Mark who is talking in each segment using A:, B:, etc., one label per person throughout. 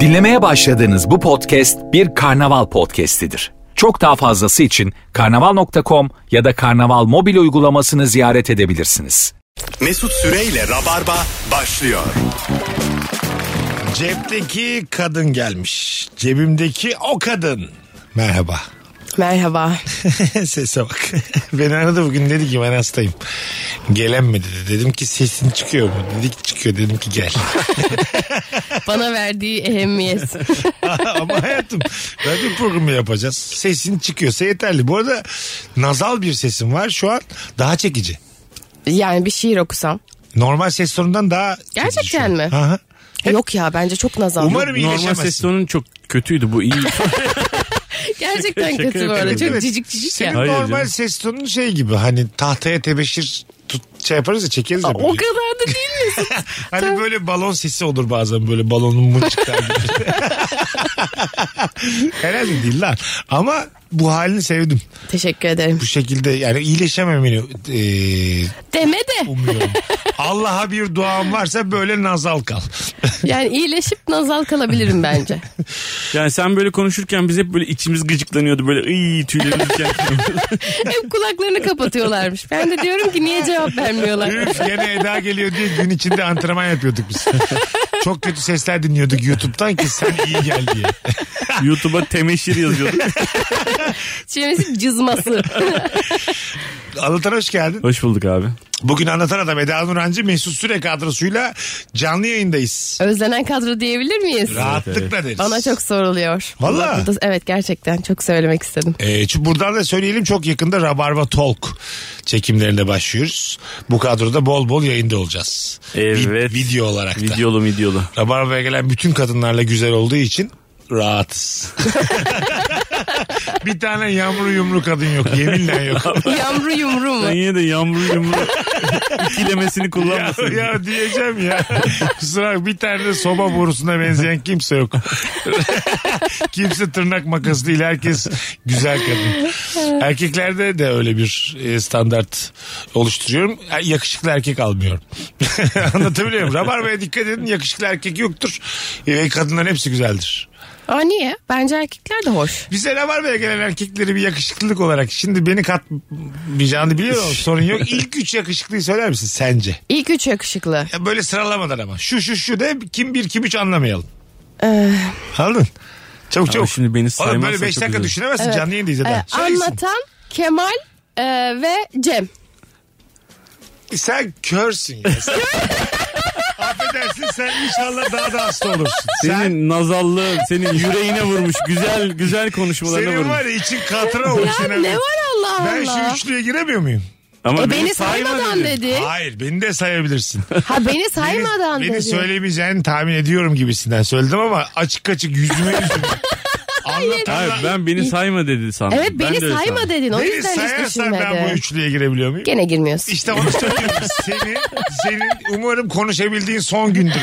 A: Dinlemeye başladığınız bu podcast bir karnaval podcastidir. Çok daha fazlası için karnaval.com ya da karnaval mobil uygulamasını ziyaret edebilirsiniz.
B: Mesut Süreyle Rabarba başlıyor.
C: Cepteki kadın gelmiş. Cebimdeki o kadın. Merhaba.
D: Merhaba.
C: Sese bak. Beni aradı bugün dedi ki ben hastayım. Gelen mi dedi. Dedim ki sesin çıkıyor mu? Dedi ki çıkıyor. Dedim ki gel.
D: Bana verdiği ehemmiyet.
C: Ama hayatım radyo programı yapacağız. Sesin çıkıyorsa yeterli. Bu arada nazal bir sesim var şu an. Daha çekici.
D: Yani bir şiir okusam.
C: Normal ses tonundan daha çekici
D: Gerçekten
C: şu an.
D: mi?
C: Hı hı.
D: Yok ya bence çok nazar.
C: Umarım
E: Normal
C: iyileşemezsin.
E: ses tonun çok kötüydü bu iyi.
D: Gerçekten
E: Şaka
D: kötü bu arada.
E: yapıyorum.
D: Çok
C: Evet.
D: cicik cicik
C: Senin
D: ya.
E: Hayır
C: normal
E: canım.
C: ses tonun şey gibi hani tahtaya tebeşir tut, şey yaparız ya çekeriz ya.
D: O
C: böyle.
D: kadar da değil mi?
C: Hani böyle balon sesi olur bazen böyle balonun mıncıklar gibi. Herhalde değil lan. Ama bu halini sevdim.
D: Teşekkür ederim.
C: Bu şekilde yani iyileşememeni e,
D: Deme de.
C: umuyorum. Allah'a bir duam varsa böyle nazal kal.
D: Yani iyileşip nazal kalabilirim bence.
E: Yani sen böyle konuşurken biz hep böyle içimiz gıcıklanıyordu böyle iyi tüylerimiz diken.
D: Hep kulaklarını kapatıyorlarmış. Ben de diyorum ki niye cevap vermiyorlar?
C: Üf gene Eda geliyor diye gün içinde antrenman yapıyorduk biz. Çok kötü sesler dinliyorduk YouTube'dan ki sen iyi gel diye.
E: YouTube'a temeşir yazıyorduk.
D: Çenesi cızması.
C: Anlatan hoş geldin.
E: Hoş bulduk abi.
C: Bugün anlatan adam Eda Nurancı Mesut Süre kadrosuyla canlı yayındayız.
D: Özlenen kadro diyebilir miyiz?
C: Rahatlıkla deriz.
D: Bana çok soruluyor.
C: Valla?
D: Bu da- Evet gerçekten çok söylemek istedim.
C: Ee, çünkü buradan da söyleyelim çok yakında Rabarba Talk çekimlerine başlıyoruz. Bu kadroda bol bol yayında olacağız. Vi-
E: Evet.
C: video olarak da.
E: Videolu videolu.
C: Rabarba'ya gelen bütün kadınlarla güzel olduğu için rahatız. bir tane yamru yumru kadın yok. Yeminle yok.
D: Yamru yumru mu?
E: Sen yine de yağmur yumru ikilemesini
C: ya,
E: kullanmasın.
C: ya diyeceğim ya. Kusura bak, bir tane de soba borusuna benzeyen kimse yok. kimse tırnak makası değil. Herkes güzel kadın. Erkeklerde de öyle bir e, standart oluşturuyorum. E, Yakışıklı erkek almıyorum. Anlatabiliyor muyum? Rabarba'ya dikkat edin. Yakışıklı erkek yoktur. E, kadınların hepsi güzeldir.
D: Aa niye? Bence erkekler de hoş.
C: Bize Rabarba'ya gelen erkekleri bir yakışıklılık olarak şimdi beni katmayacağını biliyor musun? Sorun yok. İlk üç yakışıklıyı söyler misin sence?
D: İlk üç yakışıklı.
C: Ya E, böyle sıralamadan ama. Şu şu şu de kim bir kim üç anlamayalım.
D: Ee,
C: Anladın? Çabuk çabuk.
E: şimdi beni
C: Oğlum
E: saymazsan
C: böyle beş
E: çok
C: dakika
E: üzülürüm.
C: düşünemezsin canlı yayındayız
D: Ee,
C: zaten. Şey
E: Şey
C: Söylesin.
D: anlatan Kemal e, ve Cem.
C: E, Sen körsün ya. Sen... Affedersin sen inşallah daha da hasta olursun. Sen,
E: Senin nazallığın, senin yüreğine vurmuş. Güzel güzel konuşmalarına
C: senin
E: vurmuş.
C: var ya için katra olmuş.
D: Ya
C: inanın.
D: ne var Allah Allah.
C: Ben şu üçlüye giremiyor muyum?
E: Ama
D: E beni saymadan
E: dedi.
D: dedi.
C: Hayır beni de sayabilirsin.
D: Ha beni
C: Beni-
D: saymadan
C: beni,
D: dedi.
C: söylemeyeceğini tahmin ediyorum gibisinden söyledim ama açık açık yüzüme yüzüme.
E: Hayır
C: Anlatanlar.
E: ben beni sayma dedi sandım.
D: Evet
E: Ben
D: beni
E: de öyle
D: sayma
E: sandım.
D: dedin. O
C: Beni
D: yüzden hiç
C: sayarsan ben bu
D: düşünmedim.
C: üçlüye girebiliyor muyum?
D: Gene girmiyorsun.
C: İşte onu söylüyorum. senin, senin umarım konuşabildiğin son gündür.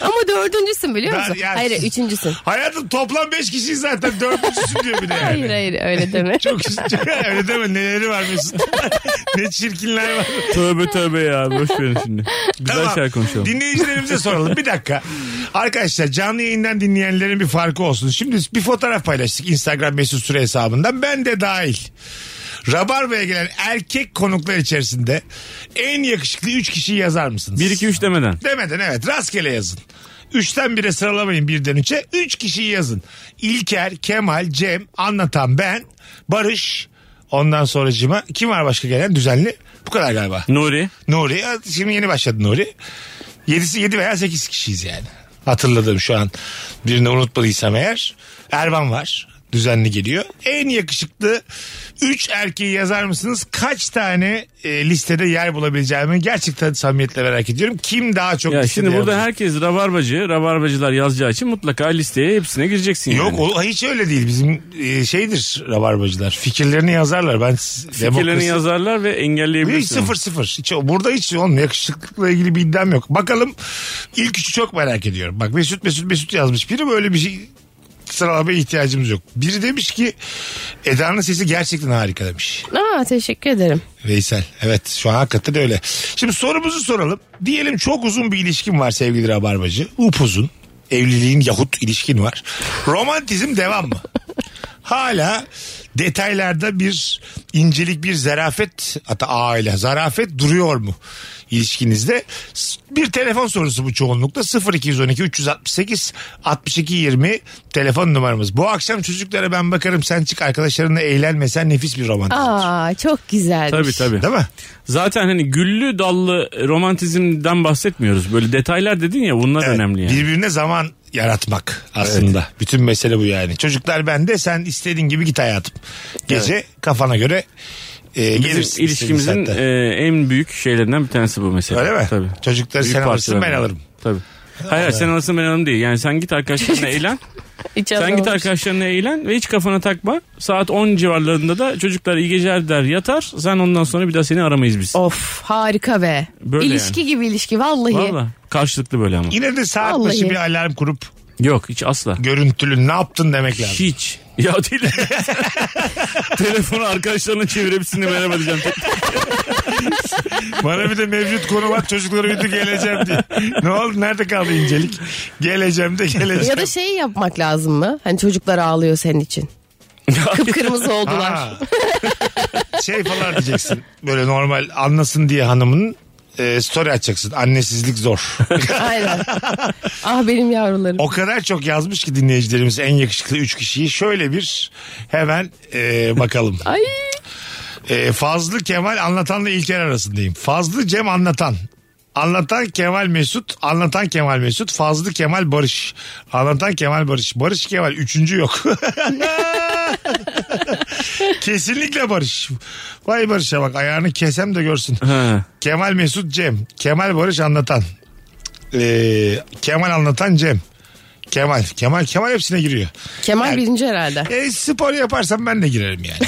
D: Ama dördüncüsün biliyor
C: Ben-
D: musun?
C: ya-
D: Hayır üçüncüsün.
C: Hayatım toplam 5 kişiyiz zaten. Dördüncüsü diyor bir de yani.
D: Hayır hayır öyle deme.
C: Çok, çok öyle deme neleri var Mesut. ne çirkinler var.
E: Tövbe tövbe ya boş verin şimdi. Güzel
C: Tamam.
E: şeyler konuşalım.
C: Dinleyicilerimize soralım. Bir dakika. Arkadaşlar canlı yayından dinleyenlerin bir farkı olsun. Şimdi bir fotoğraf paylaştık Instagram mesut süre hesabından. Ben de dahil. Rabarba'ya gelen erkek konuklar içerisinde en yakışıklı 3 kişiyi yazar mısınız?
E: 1 2 3 demeden.
C: Demeden evet rastgele yazın. Üçten bire sıralamayın birden üçe. Üç kişiyi yazın. İlker, Kemal, Cem, anlatan ben, Barış. Ondan sonracığıma kim var başka gelen düzenli? Bu kadar galiba.
E: Nuri.
C: Nuri. ya Şimdi yeni başladı Nuri. Yedisi yedi veya sekiz kişiyiz yani. Hatırladım şu an. Birini unutmadıysam eğer. Ervan var. Düzenli geliyor. En yakışıklı üç erkeği yazar mısınız? Kaç tane e, listede yer bulabileceğimi gerçekten samimiyetle merak ediyorum. Kim daha çok
E: Ya
C: listede
E: şimdi
C: yer
E: burada
C: bulacak?
E: herkes rabarbacı, rabarbacılar yazacağı için mutlaka listeye hepsine gireceksin yani.
C: Yok o hiç öyle değil. Bizim e, şeydir rabarbacılar. Fikirlerini yazarlar. Ben s-
E: Fikirlerini
C: demokrasi-
E: yazarlar ve
C: Hiç
E: engelleyebilirsin.
C: sıfır sıfır. Hiç, burada hiç onun yakışıklıkla ilgili bir iddiam yok. Bakalım ilk üçü çok merak ediyorum. Bak Mesut Mesut Mesut yazmış. Biri böyle bir şey sıralamaya ihtiyacımız yok. Biri demiş ki Eda'nın sesi gerçekten harika demiş.
D: Aa teşekkür ederim.
C: Veysel. Evet şu an hakikaten öyle. Şimdi sorumuzu soralım. Diyelim çok uzun bir ilişkin var sevgili Rabarbacı. Upuzun. Evliliğin yahut ilişkin var. Romantizm devam mı? Hala detaylarda bir incelik bir zarafet hatta aile zarafet duruyor mu ilişkinizde? S- Bir telefon sorusu bu çoğunlukla 0212 368 62 20 telefon numaramız. Bu akşam çocuklara ben bakarım sen çık arkadaşlarınla eğlenmesen nefis bir romantizm.
D: Aa çok
E: Tabii
D: güzelmiş.
E: tabii.
C: Değil mi?
E: Zaten hani güllü dallı romantizmden bahsetmiyoruz. Böyle detaylar dedin ya bunlar
C: Evet,
E: önemli yani.
C: Birbirine zaman yaratmak aslında. Bütün mesele bu yani. Çocuklar bende sen istediğin gibi git hayatım. Gece kafana göre e,
E: Bizim
C: gelirsin.
E: ilişkimizin
C: istediğin saatte.
E: e, en büyük şeylerinden bir tanesi bu mesela.
C: Öyle mi?
E: Tabii.
C: Çocukları
E: Büyük
C: sen alırsın ben
E: parçalarından.
C: alırım.
E: Tabii. Hayır sen alırsın ben alırım değil. Yani sen git arkadaşlarına eğlen.
D: Hiç
E: sen git
D: anlamamış.
E: arkadaşlarına eğlen ve hiç kafana takma. Saat 10 civarlarında da çocuklar iyi geceler der yatar. Sen ondan sonra bir daha seni aramayız biz.
D: Of harika be.
E: Böyle
D: ilişki gibi ilişki vallahi.
E: Valla karşılıklı böyle ama.
C: Yine de saat
D: Vallahi.
C: başı bir alarm kurup
E: Yok hiç asla.
C: görüntülü ne yaptın demek lazım.
E: Hiç. Ya değil. Telefonu arkadaşlarına çevir hepsini merhaba diyeceğim.
C: Bana bir de mevcut konu var çocukları uyudu geleceğim diye. Ne oldu nerede kaldı incelik? Geleceğim de geleceğim.
D: Ya da şey yapmak lazım mı? Hani çocuklar ağlıyor senin için. Kıpkırmızı oldular.
C: Ha. şey falan diyeceksin. Böyle normal anlasın diye hanımın e, story açacaksın. Annesizlik zor.
D: Aynen. Ah benim yavrularım.
C: O kadar çok yazmış ki dinleyicilerimiz en yakışıklı 3 kişiyi. Şöyle bir hemen e, bakalım.
D: Ay
C: E, Fazlı Kemal anlatanla İlker arasındayım. Fazlı Cem anlatan. Anlatan Kemal Mesut, anlatan Kemal Mesut, Fazlı Kemal Barış. Anlatan Kemal Barış. Barış Kemal üçüncü yok. Kesinlikle Barış. Vay Barış'a bak ayağını kesem de görsün.
E: Ha.
C: Kemal Mesut Cem. Kemal Barış anlatan. Ee, Kemal anlatan Cem. Kemal. Kemal Kemal hepsine giriyor.
D: Kemal
C: Yani-
D: birinci herhalde.
C: E, spor yaparsam ben de girerim yani.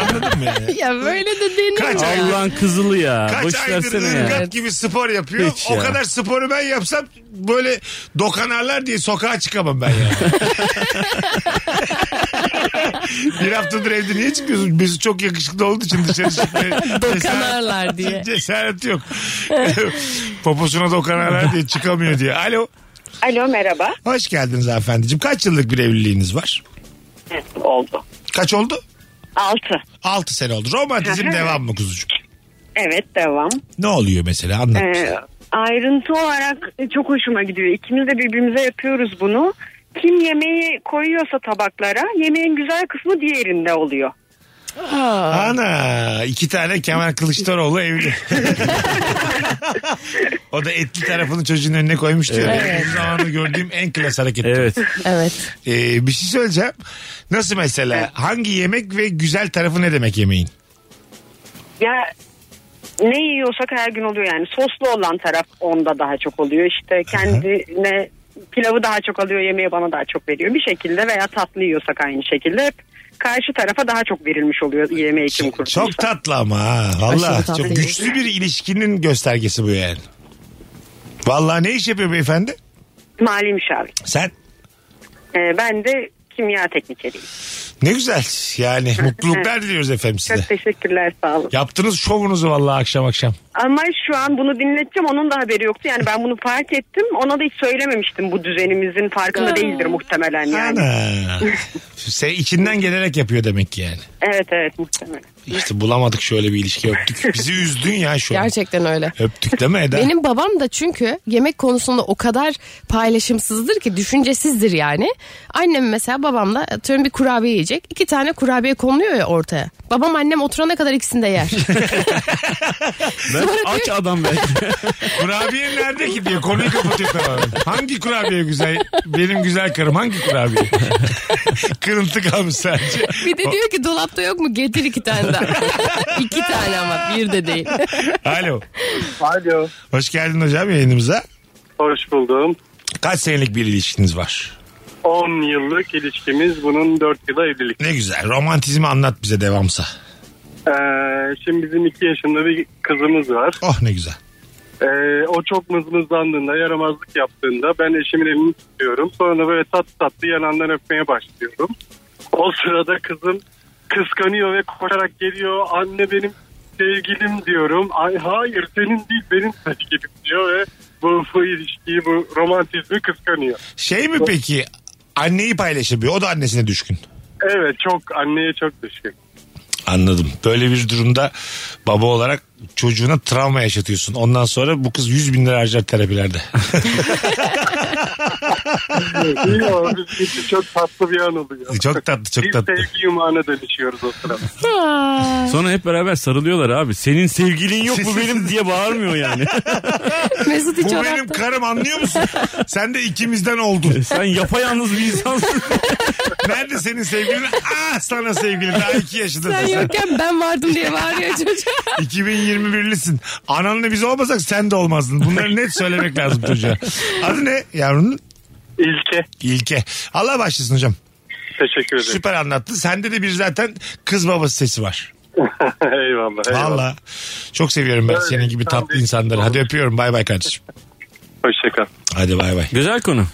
C: Anladın mı yani?
D: ya böyle de denir
C: Kaç
D: mi?
C: ay-
E: Allah'ın kızılı ya.
C: Kaç
E: Boş
C: aydır
E: versene ya.
C: ırgat gibi spor yapıyor.
E: Hiç
C: o
E: ya.
C: kadar sporu ben yapsam böyle dokanarlar diye sokağa çıkamam ben yani. Bir haftadır evde niye çıkıyorsun? Biz çok yakışıklı olduğu için dışarı çıkmaya
D: Dokanarlar diye.
C: Cesaret yok. Poposuna dokanarlar diye çıkamıyor diye. Alo.
F: Alo merhaba.
C: Hoş geldiniz hanımefendiciğim. Kaç yıllık bir evliliğiniz var?
F: Oldu.
C: Kaç oldu?
F: Altı.
C: 6 sene oldu. Romantizm
F: Aha.
C: devam mı kuzucuk?
F: Evet devam.
C: Ne oluyor mesela anlat. bize.
F: Ee, ayrıntı olarak e, çok hoşuma gidiyor. İkimiz de birbirimize yapıyoruz bunu. Kim yemeği koyuyorsa tabaklara yemeğin güzel kısmı diğerinde oluyor.
C: Ana iki tane Kemal Kılıçdaroğlu evli. o da etli tarafını çocuğun önüne koymuş diyor. Benim zamanı gördüğüm en klas hareket.
E: Evet.
D: Evet.
C: Ee, bir şey söyleyeceğim. Nasıl mesela hangi yemek ve güzel tarafı ne demek yemeğin?
F: Ya ne yiyorsak her gün oluyor yani. Soslu olan taraf onda daha çok oluyor. İşte kendine pilavı daha çok alıyor yemeği bana daha çok veriyor. Bir şekilde veya tatlı yiyorsak aynı şekilde hep karşı tarafa daha çok verilmiş oluyor yemeği kim kurtulursa.
C: Çok tatlı ama ha. Valla
D: Aşırı tatlı.
C: çok güçlü bir ilişkinin göstergesi bu yani. Valla ne iş yapıyor beyefendi?
F: Mali müşavir.
C: Sen
F: Ee, ben de kimya teknikeriyim.
C: ne güzel yani mutluluklar diliyoruz efendim
F: Çok
C: size.
F: teşekkürler sağ olun.
C: Yaptınız şovunuzu vallahi akşam akşam.
F: Ama şu an bunu dinleteceğim onun da haberi yoktu. Yani ben bunu fark ettim. Ona da hiç söylememiştim bu düzenimizin farkında değildir muhtemelen yani.
C: Ana. Sen içinden gelerek yapıyor demek ki yani.
F: Evet evet muhtemelen.
C: İşte bulamadık şöyle bir ilişki öptük. Bizi üzdün ya şu an.
D: Gerçekten öyle.
C: Öptük değil mi Eda?
D: Benim babam da çünkü yemek konusunda o kadar paylaşımsızdır ki düşüncesizdir yani. Annem mesela babamla atıyorum bir kurabiye yiyecek. iki tane kurabiye konuluyor ya ortaya. Babam annem oturana kadar ikisini de yer.
E: Ben aç adam belki.
C: Kurabiye nerede ki diye konuyu kapatıyor tamamen. Hangi kurabiye güzel? Benim güzel karım hangi kurabiye? Kırıntı kalmış sadece.
D: bir de diyor ki dolapta yok mu getir iki tane daha. iki tane ama bir de değil.
C: Alo.
G: Alo.
C: Hoş geldin hocam yayınımıza.
G: Hoş buldum.
C: Kaç senelik bir ilişkiniz var?
G: 10 yıllık ilişkimiz bunun 4 yıla evlilik.
C: Ne güzel. Romantizmi anlat bize devamsa.
G: Ee, şimdi bizim 2 yaşında bir kızımız var.
C: Oh ne güzel.
G: Ee, Ee, o çok mızmızlandığında, yaramazlık yaptığında ben eşimin elini tutuyorum. Sonra böyle tat tatlı yanandan öpmeye başlıyorum. O sırada kızım kıskanıyor ve koşarak geliyor. Anne benim sevgilim diyorum. Ay, hayır senin değil benim sevgilim diyor ve bu, bu ilişkiyi bu romantizmi kıskanıyor.
C: Şey mi peki anneyi paylaşamıyor o da annesine düşkün.
G: Evet çok anneye çok düşkün.
C: Anladım. Böyle bir durumda baba olarak çocuğuna travma yaşatıyorsun. Ondan sonra bu kız 100 bin lira harcar terapilerde.
G: İyi o bizim için çok tatlı bir an oluyor.
C: E, çok tatlı çok
G: Bir
C: tatlı.
G: sevgi yumağına dönüşüyoruz o sırada.
E: Sonra hep beraber sarılıyorlar abi. Senin sevgilin yok bu benim diye bağırmıyor yani.
D: Mesut hiç
C: Bu
D: o
C: benim karım anlıyor musun? Sen de ikimizden oldun.
E: Sen yapayalnız bir insansın.
C: Nerede senin sevgilin? Aa sana sevgilin. Daha iki yaşındasın
D: sen
C: sen.
D: yokken ben vardım diye bağırıyor çocuğa.
C: 2021'lisin. Ananla biz olmasak sen de olmazdın. Bunları net söylemek lazım çocuğa. Adı ne yavrunun?
G: İlke
C: İlke. Allah başlasın hocam.
G: teşekkür ederim.
C: Süper anlattın. Sende de bir zaten kız babası sesi var.
G: eyvallah. eyvallah.
C: Valla. Çok seviyorum ben
G: Öyle,
C: senin gibi
G: sen
C: tatlı
G: de-
C: insanları. Hadi öpüyorum. Bay bay kardeşim.
G: Hoşçakal.
C: Hadi bay bay.
E: Güzel konu.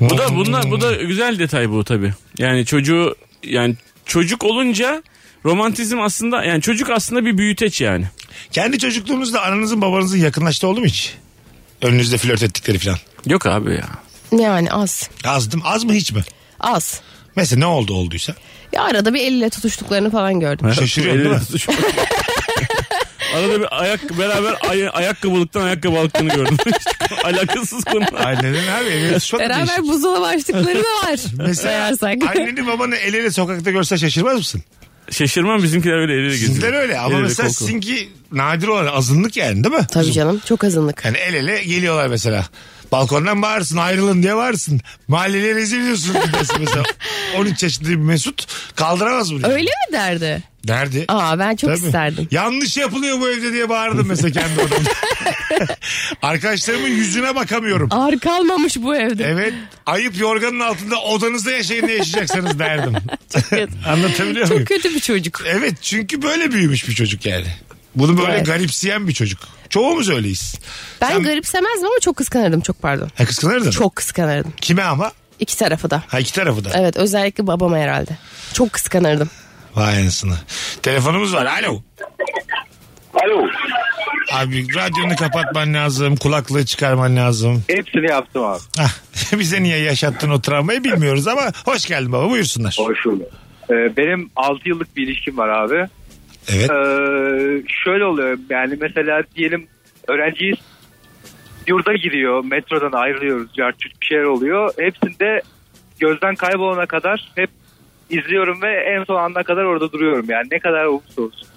E: Bu da bunlar bu da güzel detay bu tabi. Yani çocuğu yani çocuk olunca romantizm aslında yani çocuk aslında bir büyüteç yani.
C: Kendi çocukluğunuzda ananızın babanızın yakınlaştı oldu mu hiç? Önünüzde flört ettikleri falan.
E: Yok abi ya.
D: Yani az.
C: Azdım. Az mı hiç mi?
D: Az.
C: Mesela ne oldu olduysa?
D: Ya arada bir elle tutuştuklarını falan gördüm.
C: Şaşırıyorum değil mi?
E: Arada bir ayak beraber ay, ayakkabılıktan ayakkabılıktığını gördüm. Alakasız konu.
C: Ay neden abi? Evet, çok değişik.
D: Beraber buzdolabı açtıkları da var.
C: Mesela
D: Sayarsak.
C: anneni babanı el ele sokakta görse şaşırmaz mısın?
E: Şaşırmam bizimkiler öyle eliyle geziyor.
C: Sizden öyle ama
E: Eliyle
C: mesela
E: kol kola.
C: sizinki nadir olan azınlık yani değil mi?
D: Tabii canım çok azınlık.
C: Yani el ele geliyorlar mesela. Balkondan bağırsın ayrılın diye bağırsın. Mahalleliye rezil ediyorsun desin mesela. 13 yaşında bir Mesut kaldıramaz bunu.
D: Öyle mi derdi?
C: Nerede?
D: Aa ben çok
C: Tabii.
D: isterdim.
C: Yanlış yapılıyor bu evde diye bağırdım mesela kendi odamda. Arkadaşlarımın yüzüne bakamıyorum.
D: Ağır kalmamış bu evde.
C: Evet ayıp yorganın altında odanızda yaşayın ne yaşayacaksınız derdim. Anlatabiliyor muyum?
D: Çok kötü bir çocuk.
C: Evet çünkü böyle büyümüş bir çocuk yani. Bunu böyle
D: Evet.
C: garipseyen bir çocuk. Çoğumuz öyleyiz.
D: Ben
C: Sen-
D: garipsemezdim ama çok kıskanırdım çok pardon.
C: Ha kıskanırdın.
D: Çok kıskanırdım.
C: Kime ama?
D: İki tarafı da.
C: Ha iki tarafı da.
D: Evet özellikle babama herhalde. Çok kıskanırdım.
C: Vay anasını. Telefonumuz var. Alo.
H: Alo.
C: Abi radyonu kapatman lazım. Kulaklığı çıkarman lazım.
H: Hepsini yaptım abi.
C: Hah, Ah, bize niye yaşattın o travmayı bilmiyoruz ama hoş geldin baba buyursunlar.
H: Hoş bulduk. Ee, benim 6 yıllık bir ilişkim var abi.
C: Evet.
H: Ee, şöyle oluyor yani mesela diyelim öğrenciyiz yurda giriyor metrodan ayrılıyoruz cartçut bir şeyler oluyor hepsinde gözden kaybolana kadar hep izliyorum ve en son ana kadar orada duruyorum yani ne kadar olursa olsun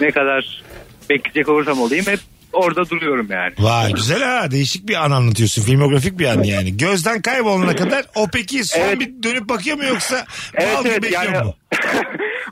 H: ne kadar bekleyecek olursam olayım hep orada duruyorum yani.
C: Vay güzel ha değişik bir an anlatıyorsun filmografik bir an yani. Gözden kaybolana kadar o peki son
H: Evet.
C: bir dönüp bakıyor mu yoksa
H: Evet
C: mal gibi
H: evet
C: bekliyor
H: yani
C: mu?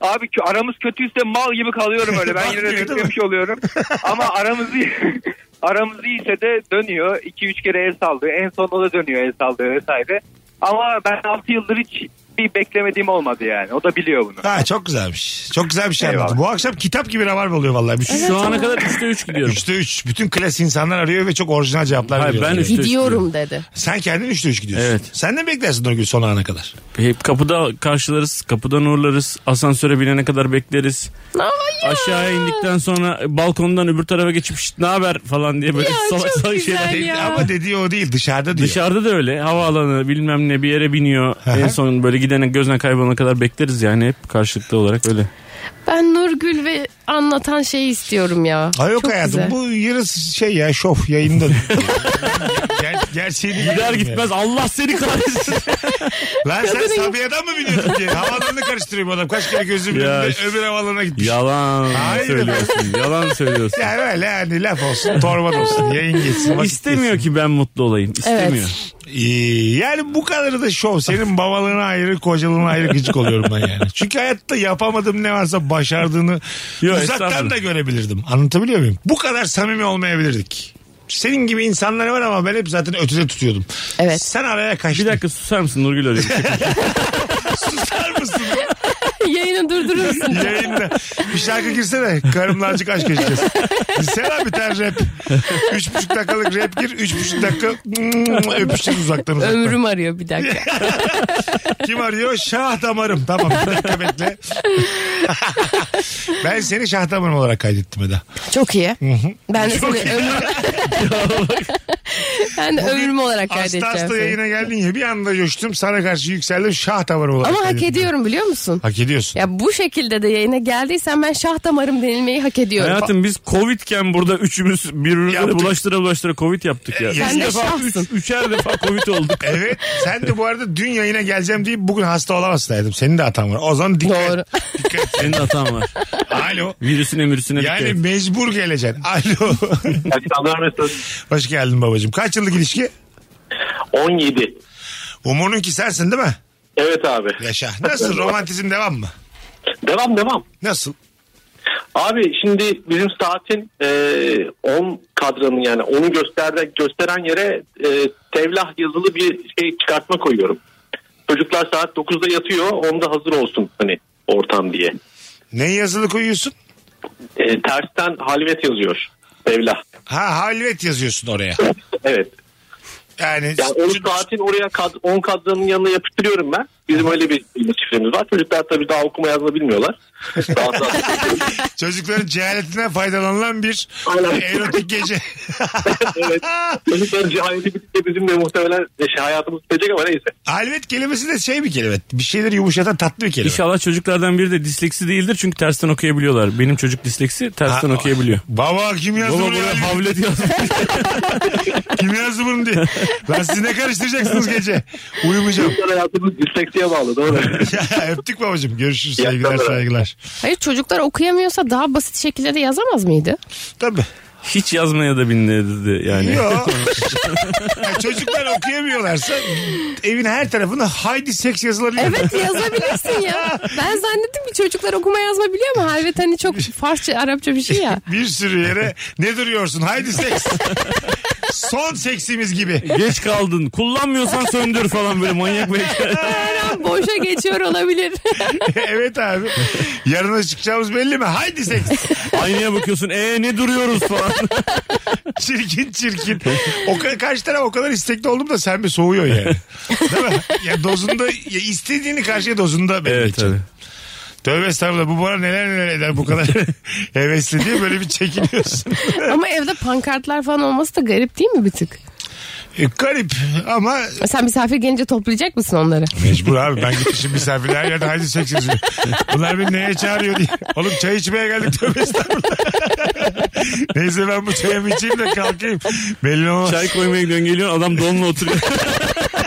H: abi kö- aramız kötüyse mal gibi kalıyorum öyle ben yine de
C: Bakmıyor, değil mi?
H: beklemiş oluyorum ama aramız iyi aramız iyiyse de dönüyor 2-3 kere el sallıyor en son o da dönüyor el sallıyor vesaire ama ben 6 yıldır hiç bir beklemediğim olmadı yani o da biliyor bunu.
C: Ha çok güzelmiş. Çok güzel bir şey
H: Eyvallah.
C: anlattın. Bu akşam kitap gibi rabarba oluyor vallahi. Bütün,
E: Şu ana kadar 3'te 3 gidiyorum.
C: Üçte üç. Bütün klas insanlar arıyor ve çok orijinal cevaplar
E: Hayır,
C: veriyorlar.
E: ben üç-
D: Gidiyorum dedi.
C: Sen kendin üçte üç gidiyorsun.
E: Evet.
C: Sen de mi beklersin Nurgül son ana kadar?
E: Hep kapıda karşılarız, kapıdan uğurlarız, asansöre binene kadar bekleriz.
D: Hayır.
E: Aşağıya indikten sonra balkondan öbür tarafa geçip "Şşt, ne haber falan diye böyle
D: Ya,
E: salak
D: çok
E: salak
D: güzel
E: şeyler.
D: ya.
C: Ama dediği o değil dışarıda diyor.
E: Dışarıda da öyle havaalanı bilmem ne bir yere biniyor. en son böyle gidene gözden kaybolana kadar bekleriz yani hep karşılıklı olarak öyle.
D: Ben Nurgül ve anlatan şeyi istiyorum ya.
C: Ha yok
D: Çok
C: hayatım
D: güzel.
C: bu yarısı şey ya şov yayında. Ger gerçeğini
E: Gider
C: biliyorum ya.
E: gitmez Allah seni kahretsin.
C: Lan sen Sabiha'dan mı biliyordun diye. Havalarını karıştırıyor bu adam. Kaç kere gözümün
E: Ya
C: önünde
E: işte.
C: öbür havalarına gitmiş. Ya.
E: yalan
C: Hayır.
E: söylüyorsun yalan söylüyorsun.
C: Yani öyle yani laf olsun, torba da olsun, yayın geçsin. vakit
E: İstemiyor ki ben mutlu olayım. İstemiyor.
C: geçsin. Ee, yani bu kadarı da şov. Senin babalığına ayrı, kocalığına ayrı gıcık oluyorum ben yani. Çünkü hayatta yapamadığım ne varsa başardığını
E: Yo,
C: uzaktan
E: estağfurullah.
C: da görebilirdim. Anlatabiliyor muyum? Bu kadar samimi olmayabilirdik. Senin gibi insanlar var ama ben hep zaten ötüde tutuyordum.
D: Evet.
C: Sen araya
E: Bir
C: kaçtın.
E: şey? dakika susar mısın Nurgül arıyor.
C: Susar mısın?
D: Yayın oyunu durdurur musun?
C: Yayında. Bir şarkı girsene. Karımla azıcık aşk yaşayacağız. Sena biter rap. Üç buçuk dakikalık rap gir. Üç buçuk dakika mm, öpüşeceğiz uzaktan uzaktan.
D: Ömrüm arıyor bir dakika.
C: Kim arıyor? Şah damarım. Tamam bir dakika bekle. ben seni şah damarım olarak kaydettim Eda.
D: Çok iyi. Ben de seni ömrüm... ben de ömrüm olarak kaydedeceğim.
C: Hasta hasta
D: seni.
C: yayına geldin ya bir anda coştum sana karşı yükseldim şah damarım olarak
D: Ama hak
C: kaydettim.
D: ediyorum biliyor musun?
C: Hak ediyorsun.
D: Ya bu şekilde de yayına geldiysen ben şah damarım denilmeyi hak ediyorum.
E: Hayatım biz Covid'ken burada üçümüz birbirimize
C: Yaptık.
E: bulaştıra bulaştıra Covid yaptık ya.
C: Sen
E: Üç
D: de
E: defa, üç,
D: şahsın.
E: üçer defa Covid olduk.
C: Evet sen de bu arada dün yayına geleceğim deyip bugün hasta olamazsın hayatım. Senin de hatan var. O zaman dikkat.
D: Doğru.
C: Dikkat. et.
E: Senin de hatan var.
C: Alo.
E: Virüsüne mürüsüne dikkat
C: Yani
E: et.
C: mecbur geleceksin. Alo.
I: Akşamlar Mesut.
C: Hoş geldin babacığım. Kaç yıllık ilişki?
I: 17.
C: Umur'un ki sensin değil mi?
I: Evet abi.
C: Yaşa. Nasıl romantizm devam mı?
I: Devam devam.
C: Nasıl?
I: Abi şimdi bizim saatin e, 10 kadranı yani onu gösteren, gösteren yere e, tevlah yazılı bir şey çıkartma koyuyorum. Çocuklar saat 9'da yatıyor onda hazır olsun hani ortam diye.
C: Ne yazılı koyuyorsun?
I: E, tersten halvet yazıyor tevlah.
C: Ha halvet yazıyorsun oraya.
I: Evet.
C: Yani,
I: Yani onu saatin oraya kad, 10 kadranın yanına yapıştırıyorum ben. Bizim öyle bir şifremiz var. Çocuklar tabii daha okuma yazma bilmiyorlar. Daha daha-
C: çocukların cehaletinden faydalanılan bir
I: Aynen.
C: erotik gece.
I: evet. Çocukların cehaleti bitince bizim de muhtemelen şey, hayatımız bitecek ama neyse.
C: halvet kelimesi de şey bir kelime. Bir şeyleri yumuşatan tatlı bir kelime.
E: İnşallah çocuklardan biri de disleksi değildir çünkü tersten okuyabiliyorlar. Benim çocuk disleksi tersten
C: Ha,
E: okuyabiliyor.
C: Baba kim yazdı
E: Baba
C: bunu?
E: buraya
C: ya?
E: havlet yazmış.
C: Kim yazdı bunu diye. Lan siz ne karıştıracaksınız gece? Uyumayacağım.
I: Çocuklar hayatımız disleksiye bağlı doğru.
C: Öptük babacığım. Görüşürüz. Sevgiler
I: Yapma be.
C: saygılar.
D: Hayır çocuklar okuyamıyorsa daha basit şekillerde yazamaz mıydı?
C: Tabii.
E: Hiç yazmaya da bilmedi yani.
C: Yok. Ya çocuklar okuyamıyorlarsa evin her tarafına haydi seks yazıları
D: Evet yazabilirsin ya. Ben zannettim ki çocuklar okuma yazma biliyor ama halvet hani çok Farsça, Arapça bir şey ya.
C: Bir sürü yere ne duruyorsun haydi seks. Son seksimiz gibi.
E: Geç kaldın. Kullanmıyorsan söndür falan böyle manyak bekler.
D: Her an boşa geçiyor olabilir.
C: evet abi. Yarına çıkacağımız belli mi? Haydi seks.
E: Aynaya bakıyorsun. E ne duruyoruz falan.
C: Çirkin çirkin. O kadar, karşı taraf o kadar istekli oldum da sen bir soğuyor yani. Değil mi? Ya dozunda ya istediğini karşıya dozunda belli
E: evet
C: edeceksin.
E: tabii.
C: Tövbe estağfurullah bu bana neler neler eder bu kadar hevesli diye böyle bir çekiniyorsun.
D: ama evde pankartlar falan olması da garip değil mi bir tık?
C: E, garip ama
D: Sen misafir gelince toplayacak mısın onları?
C: mecbur abi ben gitmişim misafirler her yerde haydi seks yazıyor. Bunlar beni neye çağırıyor diye. Oğlum çay içmeye geldik tövbe estağfurullah. Neyse ben bu çayımı içeyim de kalkayım. Belli olmaz.
E: Çay koymaya gidiyorsun geliyorsun adam donla oturuyor.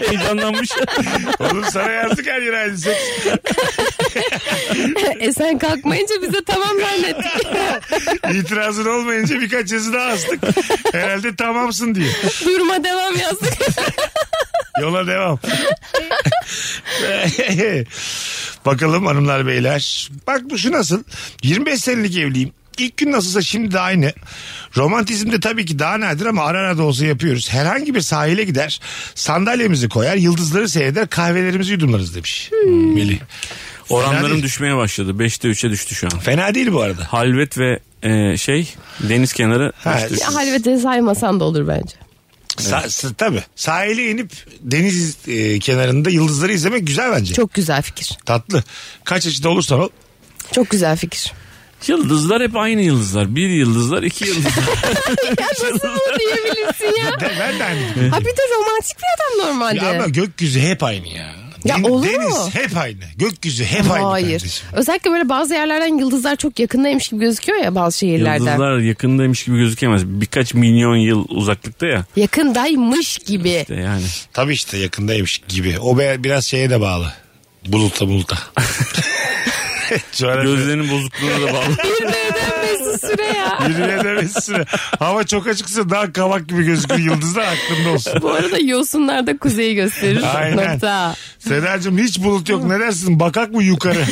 E: Heyecanlanmış.
C: Oğlum sana yazdık her yere haydi seks.
D: e sen kalkmayınca bize tamam zannettik.
C: İtirazın olmayınca birkaç yazı daha astık. Herhalde tamamsın diye.
D: Durma devam yazdık.
C: Yola devam. Bakalım hanımlar beyler. Bak bu şu nasıl? 25 senelik evliyim. İlk gün nasılsa şimdi de aynı. Romantizmde tabii ki daha nadir ama ara ara da olsa yapıyoruz. Herhangi bir sahile gider, sandalyemizi koyar, yıldızları seyreder, kahvelerimizi yudumlarız demiş. Melih. Fena
E: Oranlarım
C: değil.
E: düşmeye başladı. 5'te 3'e düştü şu an.
C: Fena değil bu arada.
E: Halvet ve e, şey deniz kenarı.
C: Ha,
E: düştü.
D: Ya halvete saymasan da olur bence.
C: Sa- sa- tabii. Sahile inip deniz e, kenarında yıldızları izlemek güzel bence.
D: Çok güzel fikir.
C: Tatlı. Kaç yaşında olursan ol.
D: Çok güzel fikir.
E: Yıldızlar hep aynı yıldızlar. Bir yıldızlar, iki yıldızlar.
D: Ya nasıl bunu diyebilirsin ya?
C: De- ben de aynı fikirdeyim.
D: Ha bir de romantik bir adam normalde.
C: Ya ama gökyüzü hep aynı ya.
D: Ya
C: Den-
D: olur mu?
C: Deniz hep aynı. Gökyüzü hep aynı.
D: Hayır.
C: kardeşim.
D: Özellikle böyle bazı yerlerden yıldızlar çok yakındaymış gibi gözüküyor ya bazı şehirlerden.
E: yıldızlar yakındaymış gibi gözükemez. Birkaç milyon yıl uzaklıkta ya.
D: Yakındaymış gibi.
E: İşte yani.
C: Tabii işte yakındaymış gibi. O be- biraz şeye de bağlı. Buluta buluta. Coğrafya-
E: Gözlerinin bozukluğuna da bağlı.
D: Bir neden Mesut Süre ya.
C: Birine demesine. Hava çok açıksa daha kavak gibi gözükür yıldızlar aklında olsun.
D: Bu arada yosunlar da kuzeyi gösterir.
C: Aynen.
D: Nokta.
C: Sedacığım hiç bulut yok ne dersin bakak mı yukarı?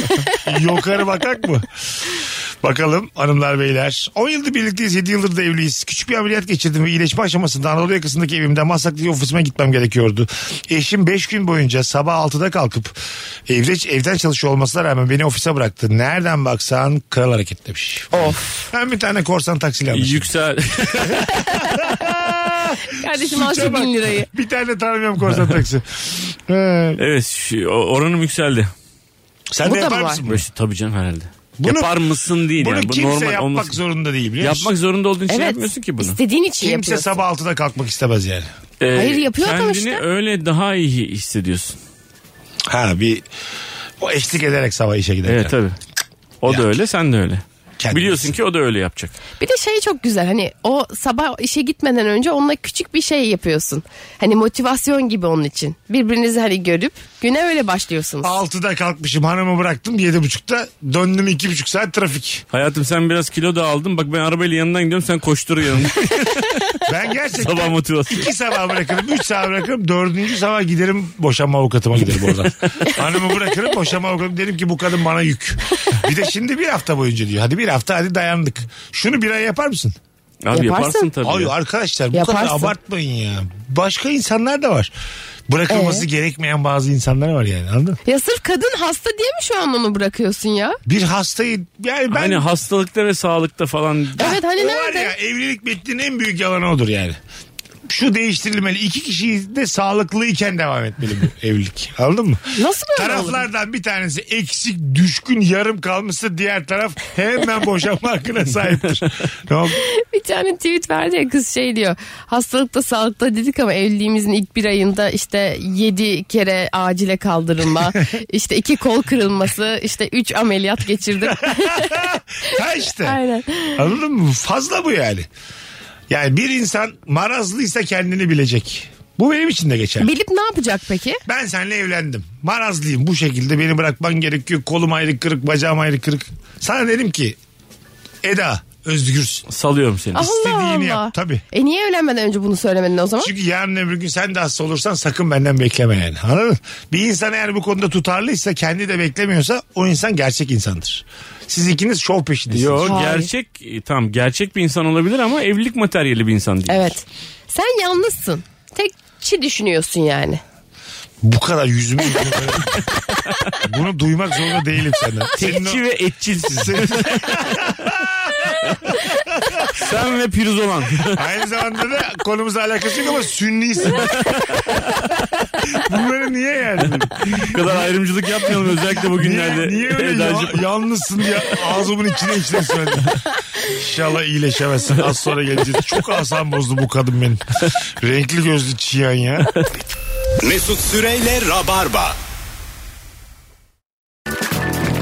C: yukarı bakak mı? Bakalım hanımlar beyler. 10 yıldır birlikteyiz 7 yıldır da evliyiz. Küçük bir ameliyat geçirdim ve iyileşme aşamasında Anadolu yakasındaki evimden Maslak'taki ofisime gitmem gerekiyordu. Eşim 5 gün boyunca sabah 6'da kalkıp evde evden çalışıyor olmasına rağmen beni ofise bıraktı. Nereden baksan kral hareket demiş. Of. Ben bir tane korsan taksiyle anlaştım.
E: Yüksel.
D: Kardeşim al şu
C: Suça bak.
D: bin lirayı.
C: Bir tane tanımıyorum korsan taksi. Ee,
E: evet şu- o- oranım yükseldi.
C: sen
D: Bu
C: de
D: da
C: yapar
D: var.
C: mısın? bunu?
E: Böyle şey, tabii canım herhalde.
C: Bunu-
E: Yapar mısın değil
C: Bunu
E: yani. Bu
C: kimse
E: normal
C: yapmak
E: olması.
C: zorunda değil biliyor musun?
E: Yapmak zorunda olduğun için
D: Evet.
E: Şey yapmıyorsun ki bunu.
D: İstediğin için
C: Kimse
D: yapıyorsun.
C: sabah 6'da kalkmak istemez yani.
E: Ee,
D: Hayır, yapıyor adam
E: kendini
D: işte.
E: öyle daha iyi hissediyorsun.
C: Ha bir o eşlik ederek sabah işe giderken.
E: Evet tabii. O
C: Ya.
E: da öyle sen de öyle.
C: Kendin
E: Biliyorsun ki o da öyle yapacak.
D: Bir de şey çok güzel hani o sabah işe gitmeden önce onunla küçük bir şey yapıyorsun. Hani motivasyon gibi onun için. Birbirinizi hani görüp güne öyle başlıyorsunuz.
C: 6'da kalkmışım hanımı bıraktım 7.30'da döndüm 2.5 saat trafik.
E: Hayatım sen biraz kilo da aldın. Bak ben arabayla yanından gidiyorum sen koştur yanımda.
C: Ben gerçekten
E: Sabah motivasyon.
C: 2 sabah bırakırım 3 sabah bırakırım 4. sabah giderim boşanma avukatıma giderim oradan. hanımı bırakırım boşanma avukatım derim ki bu kadın bana yük. Bir de şimdi bir hafta boyunca diyor hadi bir hafta hadi dayandık. Şunu bir ay yapar mısın?
E: Abi yaparsın,
D: Yaparsın.
E: tabii.
C: Ay
E: ya.
C: arkadaşlar bu kadar
D: Yaparsın.
C: abartmayın ya. Başka insanlar da var. Bırakılması
D: Ee?
C: gerekmeyen bazı insanlar var yani anladın mı?
D: Ya sırf kadın hasta diye mi şu an onu bırakıyorsun ya?
C: Bir hastayı yani ben
E: Hani hastalıkta ve sağlıkta falan
D: Evet hani
C: O
D: nerede?
C: Var ya evlilik metninin en büyük yalanı odur yani. Şu değiştirilmeli. İki kişi de sağlıklıyken devam etmeli bu evlilik. Anladın mı?
D: Nasıl böyle olur?
C: Taraflardan bir tanesi eksik, düşkün, yarım kalmışsa diğer taraf hemen boşanma hakkına sahiptir. Ne oldu?
D: Bir tane tweet verdi ya kız şey diyor. Hastalıkta sağlıkta dedik ama evliliğimizin ilk bir ayında işte 7 kere acile kaldırılma, işte iki kol kırılması, işte 3 ameliyat geçirdik.
C: Ha işte.
D: Aynen.
C: Anladın mı? Fazla bu yani. Yani bir insan marazlıysa kendini bilecek. Bu benim için de geçer.
D: Bilip ne yapacak peki?
C: Ben seninle evlendim. Marazlıyım bu şekilde beni bırakman gerekiyor. Kolum ayrı kırık, bacağım ayrı kırık. Sana dedim ki Eda özgürsün.
E: salıyorum seni.
D: Allah
C: İstediğini
D: Allah.
C: yap, tabii.
D: E niye evlenmeden önce bunu söylemedin o zaman?
C: Çünkü yarın öbür gün sen de hasta olursan sakın benden bekleme yani. Anladın mı? Bir insan eğer bu konuda tutarlıysa kendi de beklemiyorsa o insan gerçek insandır. Siz ikiniz şov peşindesiniz.
E: Yo
D: Hayır.
E: gerçek e, tamam gerçek bir insan olabilir ama evlilik materyali bir insan değil.
D: Evet. Sen yalnızsın. Tek çi düşünüyorsun yani.
C: Bu kadar yüzümü yüzümü böyle- Bunu duymak zorunda değilim senden. Senin o-
E: Tekçi ve etçilsin. Sen ve pirzolan.
C: Aynı zamanda da konumuzla alakası yok ama sünnisin. Bunları niye yani?
E: Bu kadar ayrımcılık yapmayalım özellikle bugünlerde.
C: Niye, niye öyle ya-
E: Edacığım.
C: yalnızsın diye ağzımın içine içine söyledim. İnşallah iyileşemezsin. Az sonra geleceğiz. Çok asam bozdu bu kadın benim. Renkli gözlü çiyan ya.
B: Mesut Süreyle Rabarba.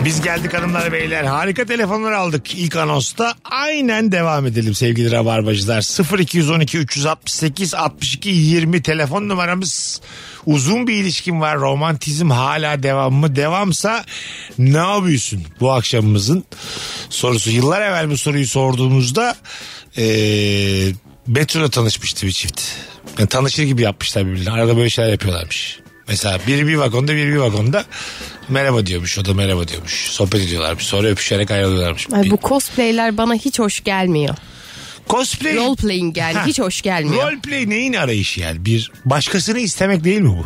C: Biz geldik hanımlar beyler. Harika telefonlar aldık ilk anonsta. Aynen devam edelim sevgili Rabarbacılar. 0212 368 62 20 telefon numaramız. Uzun bir ilişkin var. Romantizm hala devam mı? Devamsa ne yapıyorsun bu akşamımızın sorusu. Yıllar evvel bu soruyu sorduğumuzda eee Betül'le tanışmıştı bir çift. Yani tanışır gibi yapmışlar birbirine. Arada böyle şeyler yapıyorlarmış. Mesela biri bir vagonda biri bir vagonda merhaba diyormuş o da merhaba diyormuş. Sohbet ediyorlarmış sonra öpüşerek ayrılıyorlarmış.
D: Ay
C: Bir-
D: bu cosplayler bana hiç hoş gelmiyor.
C: Cosplay,
D: Role playing yani
C: Ha.
D: hiç hoş gelmiyor.
C: role play neyin arayışı yani? Bir başkasını istemek değil mi bu?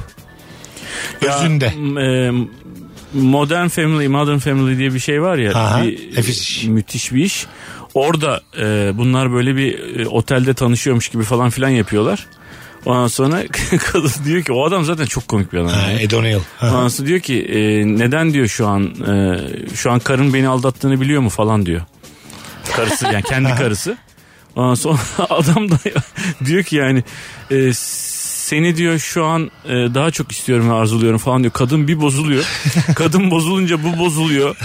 C: Özünde.
E: M- e, Modern Family, Modern Family diye bir şey var ya.
C: Aha,
E: bir-
C: nefis iş.
E: Müthiş bir iş. Orada e, bunlar böyle bir e, otelde tanışıyormuş gibi falan filan yapıyorlar. Ondan sonra kadın diyor ki o adam zaten çok komik bir adam.
C: Ha, Ed O'Neill. Ha.
E: Ondan sonra diyor ki e, neden diyor şu an e, şu an karın beni aldattığını biliyor mu falan diyor. Karısı yani kendi karısı. Ondan sonra adam da diyor ki yani e, seni diyor şu an e, daha çok istiyorum ve arzuluyorum falan diyor. Kadın bir bozuluyor. Kadın bozulunca bu bozuluyor.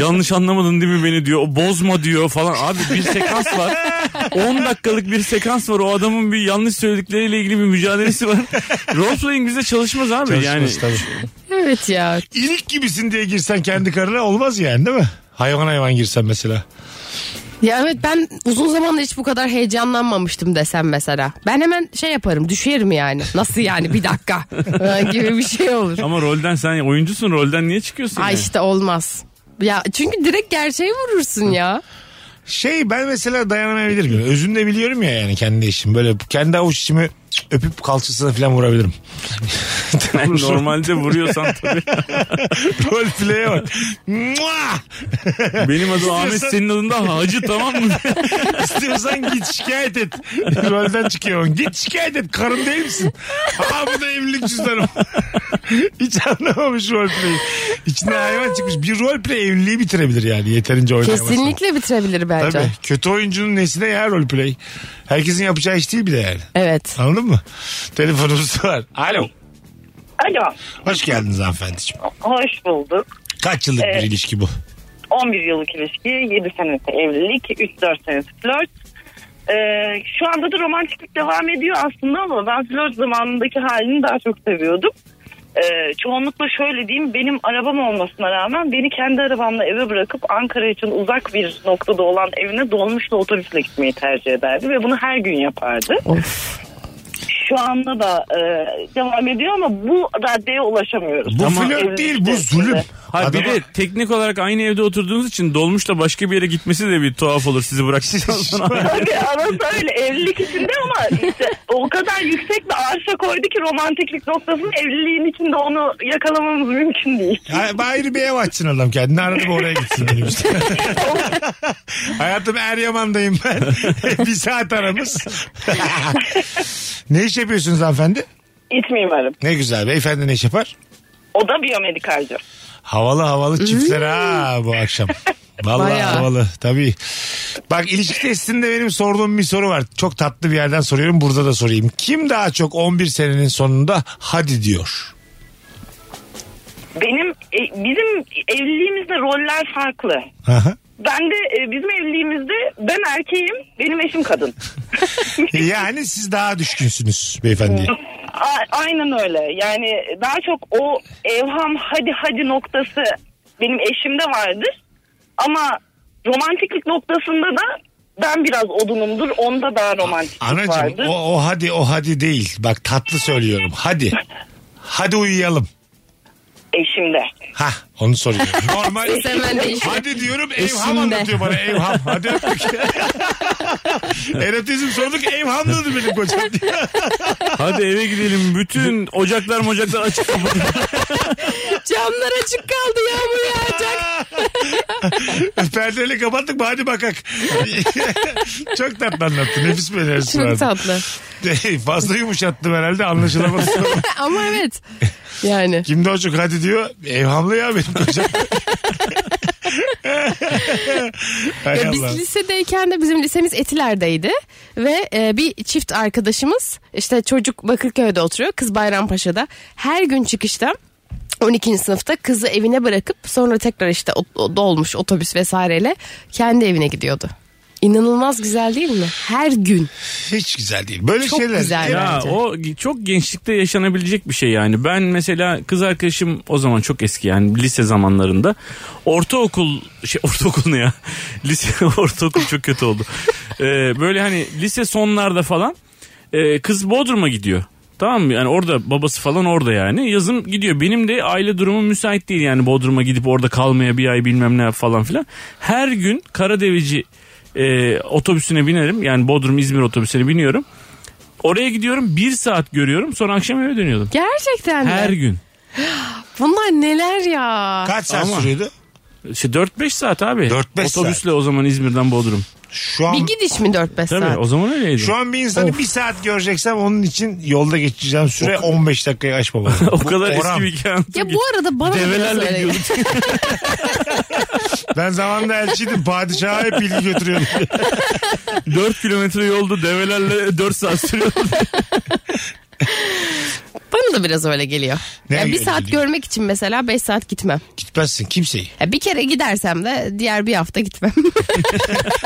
E: Yanlış anlamadın değil mi beni diyor. O bozma diyor falan. Abi bir sekans var. 10 dakikalık bir sekans var. O adamın bir yanlış söyledikleriyle ilgili bir mücadelesi var. Roleplaying bize çalışmaz abi. yani
C: Çalışmış tabii.
D: Evet ya.
C: İlik gibisin diye girsen kendi karına olmaz yani değil mi? Hayvan hayvan girsen mesela.
D: Ya evet ben uzun zamandır hiç bu kadar heyecanlanmamıştım desem mesela. Ben hemen şey yaparım düşerim yani. Nasıl yani bir dakika gibi bir şey olur.
E: Ama rolden sen oyuncusun rolden niye çıkıyorsun?
D: Ay
E: yani?
D: işte olmaz. Ya çünkü direkt gerçeğe vurursun ya.
C: Şey ben mesela dayanamayabilirim. Özünü de biliyorum ya yani kendi işim. Böyle kendi avuç içimi öpüp kalçasına falan vurabilirim.
E: Yani normalde vuruyorsan tabii.
C: Roleplay'e bak. Mua!
E: Benim adım Ahmet senin adın da Hacı tamam mı?
C: İstiyorsan git şikayet et. Rolden çıkıyorsun. Git şikayet et. Karın değil misin? Aa bu da evlilik cüzdanım. Hiç anlamamış roleplay'i. İçinde hayvan çıkmış. Bir roleplay evliliği bitirebilir yani yeterince oynayamasın.
D: Kesinlikle bitirebilir bence.
C: Tabii. Kötü oyuncunun nesine ya roleplay. Herkesin yapacağı iş değil bir de yani.
D: Evet.
C: Anladın mı? Telefonumuz var. Alo.
F: Alo.
C: Hoş geldiniz hanımefendiciğim.
F: Hoş bulduk.
C: Kaç yıllık bir
F: Evet.
C: ilişki bu?
F: 11 yıllık ilişki, 7 senesi evlilik, 3-4 senesi flört. Ee, şu anda da romantiklik devam ediyor aslında ama ben flört zamanındaki halini daha çok seviyordum. Ee, çoğunlukla şöyle diyeyim benim arabam olmasına rağmen beni kendi arabamla eve bırakıp Ankara için uzak bir noktada olan evine dolmuşla otobüsle gitmeyi tercih ederdi ve bunu her gün yapardı. Şu anda da e, devam ediyor ama bu raddeye ulaşamıyoruz.
C: Bu
F: Ama
C: flört
F: evlilik
C: değil bu
F: içerisinde.
C: zulüm.
E: Ha, bir
C: Adama-
E: de teknik olarak aynı evde oturduğunuz için dolmuşla başka bir yere gitmesi de bir tuhaf olur sizi bıraktıktan sonra.
F: Tabii arası öyle evlilik içinde ama işte o kadar yüksek bir arşa koydu ki romantiklik noktasının evliliğin içinde onu yakalamamız mümkün değil.
C: Ha- Ayrı bir ev açsın adam kendini aradı bu oraya gitsin diyor işte. Hayatım Eryaman'dayım ben. bir saat aramız. ne iş yapıyorsunuz hanımefendi?
F: İç mimarım.
C: Ne güzel beyefendi ne iş yapar?
F: O da biyomedikalci.
C: Havalı havalı çiftler ha bu akşam. Vallahi
D: Bayağı.
C: havalı tabii. Bak ilişki testinde benim sorduğum bir soru var. Çok tatlı bir yerden soruyorum burada da sorayım. Kim daha çok 11 senenin sonunda hadi diyor?
F: Benim e, bizim evliliğimizde roller farklı.
C: Aha.
F: Ben de e, bizim evliliğimizde ben erkeğim, benim eşim kadın.
C: Yani siz daha düşkünsünüz beyefendi.
F: A- aynen öyle. Yani daha çok o evham hadi hadi noktası benim eşimde vardır. Ama romantiklik noktasında da ben biraz odunumdur. Onda daha romantiklik
C: Anacığım
F: vardır.
C: o, o hadi o hadi değil. Bak tatlı söylüyorum. Hadi. Hadi uyuyalım.
F: Eşimde.
C: Ha onu soruyorum. Normal.
D: Hemen değiş.
C: hadi diyorum evham
D: Eşimde.
C: anlatıyor bana evham. Hadi öptük. Erotizm sorduk evhamladı benim kocam.
E: Hadi eve gidelim. Bütün ocaklar mocaklar açık kapalı.
D: Camlar açık kaldı yağmur yağacak.
C: Perdeyle kapattık mı hadi bakak. Çok tatlı anlattı. Nefis bir enerjisi
D: Çok
C: vardı.
D: tatlı.
C: Fazla yumuşattım herhalde anlaşılamadı.
D: Ama evet. Yani.
C: Kim daha çok hadi diyor. Evhamlı ya benim kocam. Hay
D: Ya
C: Allah.
D: biz lisedeyken de bizim lisemiz Etiler'deydi ve e, bir çift arkadaşımız işte çocuk Bakırköy'de oturuyor kız Bayrampaşa'da her gün çıkışta 12. sınıfta kızı evine bırakıp sonra tekrar işte o- o dolmuş otobüs vesaireyle kendi evine gidiyordu. İnanılmaz güzel değil mi? Her gün.
C: Hiç güzel değil. Böyle
D: Çok
C: şeyler. e,
D: güzel.
E: Ya
D: Bence.
E: o ge- çok gençlikte yaşanabilecek bir şey yani. Ben mesela kız arkadaşım o zaman çok eski yani lise zamanlarında. Ortaokul şey ortaokul ne ya? Lise ortaokul çok kötü oldu. Ee, böyle hani lise sonlarda falan e, kız Bodrum'a gidiyor. Tamam mı? Yani orada babası falan orada yani. Yazın gidiyor. Benim de aile durumu müsait değil yani Bodrum'a gidip orada kalmaya bir ay bilmem ne yap falan filan. Her gün Karadeveci e, otobüsüne binerim. Yani Bodrum İzmir otobüsüne biniyorum. Oraya gidiyorum bir saat görüyorum sonra akşam eve dönüyordum.
D: Gerçekten mi?
E: Her gün.
D: Bunlar neler ya?
C: Kaç saat
E: Ama-
C: sürüyordu?
E: İşte 4-5 saat abi.
C: 4-5 saat.
E: Otobüsle o zaman İzmir'den Bodrum.
C: Şu an
D: Bir gidiş mi 4-5
E: Tabii
D: saat?
E: o zaman öyleydi.
C: şu an bir insanı bir saat göreceksem onun için yolda geçeceğim süre 15 dakikayı aşmamalı.
E: o kadar eski bir hikaye.
D: Ya bu arada bana da biraz
E: Develerle
D: öyle
E: gidiyorduk.
C: Ben zamanında elçiydim. Padişaha hep bilgi götürüyordum.
E: 4 kilometre yolda develerle 4 saat sürüyordu.
D: Bana da biraz öyle geliyor.
C: Ne
D: ya bir
C: öyle
D: saat
C: geliyor?
D: görmek için mesela 5 saat gitmem.
C: Gitmezsin kimseyi.
D: Ya bir kere gidersem de diğer bir hafta gitmem.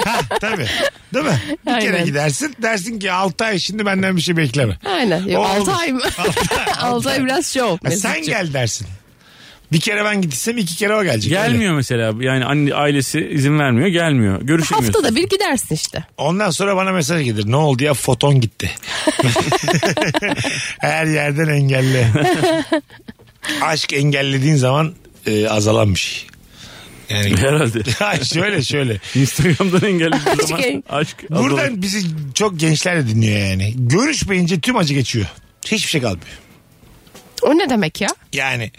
C: Ha tabii. Değil mi? Bir kere
D: Aynen.
C: gidersin. Dersin ki 6 ay şimdi benden bir şey bekleme.
D: Aynen.
C: O
D: Yok,
C: olmuş.
D: 6 ay mı? 6 ay biraz şov.
C: Ha, sen
D: Mesut'cum.
C: gel dersin. Bir kere ben gittiysem iki kere o gelecek. Öyle.
E: Gelmiyor mesela. Yani anne ailesi izin vermiyor, gelmiyor. Görüşemiyor.
D: Haftada bir gidersin işte.
C: Ondan sonra bana mesaj gelir. Ne oldu ya foton gitti. Her yerden engelli. Aşk engellediğin zaman e, azalan bir şey. Yani
E: Herhalde.
C: Ay, şöyle şöyle.
E: Instagram'dan engellediği zaman
D: en-
E: aşk
C: Buradan bizi çok gençler de dinliyor yani. Görüşmeyince tüm acı geçiyor. Hiçbir şey kalmıyor.
D: O ne demek ya?
C: Yani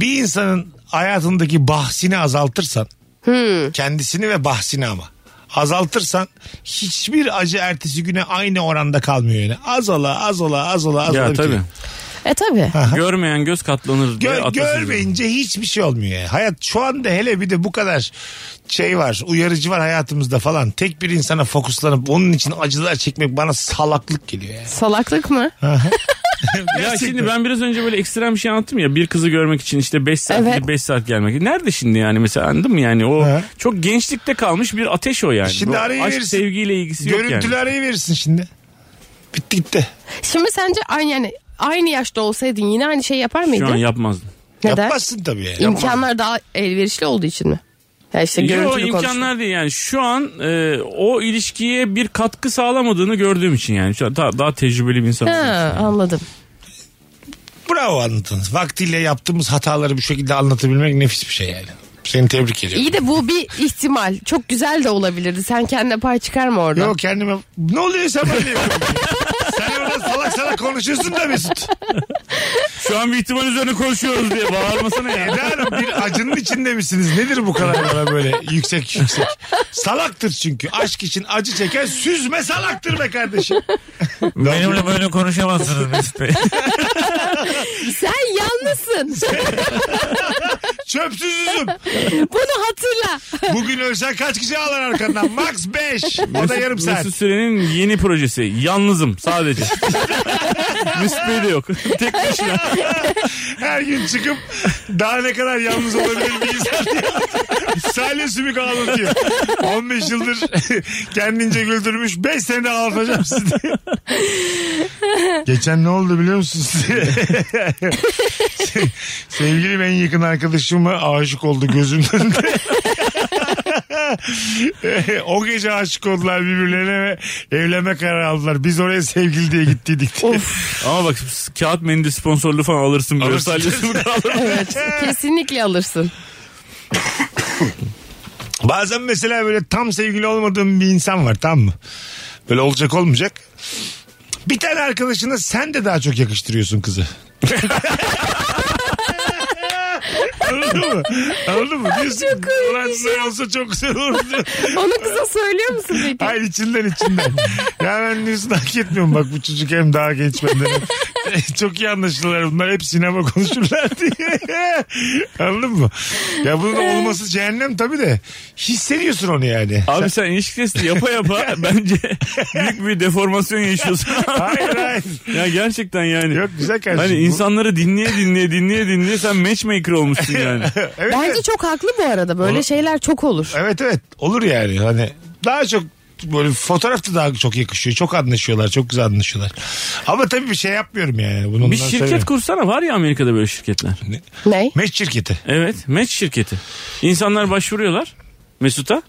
C: bir insanın hayatındaki bahsini azaltırsan kendisini ve bahsini ama azaltırsan hiçbir acı ertesi güne aynı oranda kalmıyor yani. Azala azala azala azala.
E: Ya
C: bitiyor.
E: tabii.
D: E tabi.
E: Görmeyen göz katlanır diye
C: Gör-
E: atasözü.
C: görmeyince hiçbir şey olmuyor. yani. Hayat şu anda hele bir de bu kadar şey var, uyarıcı var hayatımızda falan. Tek bir insana fokuslanıp onun için acılar çekmek bana salaklık geliyor yani.
D: Salaklık mı?
E: Ya şimdi ben biraz önce böyle ekstrem bir şey anlattım ya bir kızı görmek için işte 5 saat
D: Evet.
E: gidip 5 saat gelmek. Nerede şimdi yani mesela anladın mı yani o
C: He.
E: çok gençlikte kalmış bir ateş o yani.
C: Şimdi
E: Bu
C: arayı
E: aşk
C: verirsin.
E: sevgiyle ilgisi yok yani.
C: Görüntülü arayıverirsin şimdi. Bitti gitti.
D: Şimdi sence aynı yani aynı yaşta olsaydın yine aynı şey yapar
E: Şu an
D: mıydın?
E: yapmazdım.
D: Neden?
C: Yapmazsın tabii yani.
D: İmkanlar daha elverişli olduğu için mi? Ya işte
E: Yo,
D: E, görüntülü
E: imkanlar
D: konuşma.
E: değil yani şu an e, o ilişkiye bir katkı sağlamadığını gördüğüm için yani şu an daha, daha tecrübeli bir insan. olduğum
D: Ha, anladım.
C: Bravo anlattınız. Vaktiyle yaptığımız hataları bu şekilde anlatabilmek nefis bir şey yani. Seni tebrik ediyorum.
D: İyi de bu bir ihtimal. Çok güzel de olabilirdi. Sen kendine pay çıkarma orada.
C: Yok kendime ne oluyor sen böyle yapıyorsun? Sen orada salak salak konuşuyorsun da Mesut.
E: için. Şu an bir ihtimal üzerine konuşuyoruz diye bağırmasana ya.
C: Eda Hanım bir acının içinde misiniz? Nedir bu kadar bana böyle yüksek yüksek? Salaktır çünkü. Aşk için acı çeken süzme salaktır be kardeşim.
J: Benimle böyle konuşamazsınız Mesut Bey.
D: Sen yalnızsın.
C: Çöpsüz üzüm.
D: Bunu hatırla.
C: Bugün ölsen kaç kişi ağlar arkandan? Max 5. O da yarım saat.
E: Mesut Süren'in yeni projesi. Yalnızım sadece. Mesut Bey de yok. Tek başına.
C: Her gün çıkıp daha ne kadar yalnız olabilir bir insan diye. Salih Sümük ağlatıyor. 15 yıldır kendince güldürmüş. 5 sene ağlatacağım sizi diye. Geçen ne oldu biliyor musunuz? Se- Sevgilim en yakın arkadaşıma aşık oldu gözümün önünde. o gece aşık oldular birbirlerine ve evlenme kararı aldılar. Biz oraya sevgili diye gittiydik diye.
E: Ama bak kağıt mendil sponsorluğu falan alırsın. Böyle.
C: Alırsın.
E: Sadece Sümük alır.
D: Kesinlikle alırsın.
C: Bazen mesela böyle tam sevgili olmadığım bir insan var tamam mı? Böyle olacak olmayacak. Bir tane arkadaşına sen de daha çok yakıştırıyorsun kızı. Anladın mı? Anladın mı? Diyorsun, çok Ulan sen olsa çok güzel olurdu.
D: Onu kıza söylüyor musun peki?
C: Hayır içinden içinden. ya ben diyorsun hak etmiyorum bak bu çocuk hem daha genç benden. çok iyi anlaşılırlar bunlar hep sinema konuşurlar diye. Anladın mı? Ya bunun olması cehennem tabii de. Hissediyorsun onu yani.
E: Abi sen ilişki testi yapa yapa bence büyük bir deformasyon yaşıyorsun.
C: Hayır hayır.
E: ya gerçekten yani.
C: Yok güzel kardeşim.
E: Hani
C: Bu-
E: insanları dinleye dinleye dinleye dinleye sen matchmaker olmuşsun yani.
C: Evet,
D: Bence
C: evet.
D: çok haklı bu arada. Böyle şeyler çok olur.
C: evet evet olur yani hani daha çok böyle fotoğrafta daha çok yakışıyor. Çok anlaşıyorlar. Çok güzel anlaşıyorlar. Ama tabii bir şey yapmıyorum yani. Bunu
E: bir şirket kursana var ya Amerika'da böyle şirketler.
D: Ne?
C: Meç şirketi.
E: Evet match şirketi. İnsanlar başvuruyorlar Mesut'a.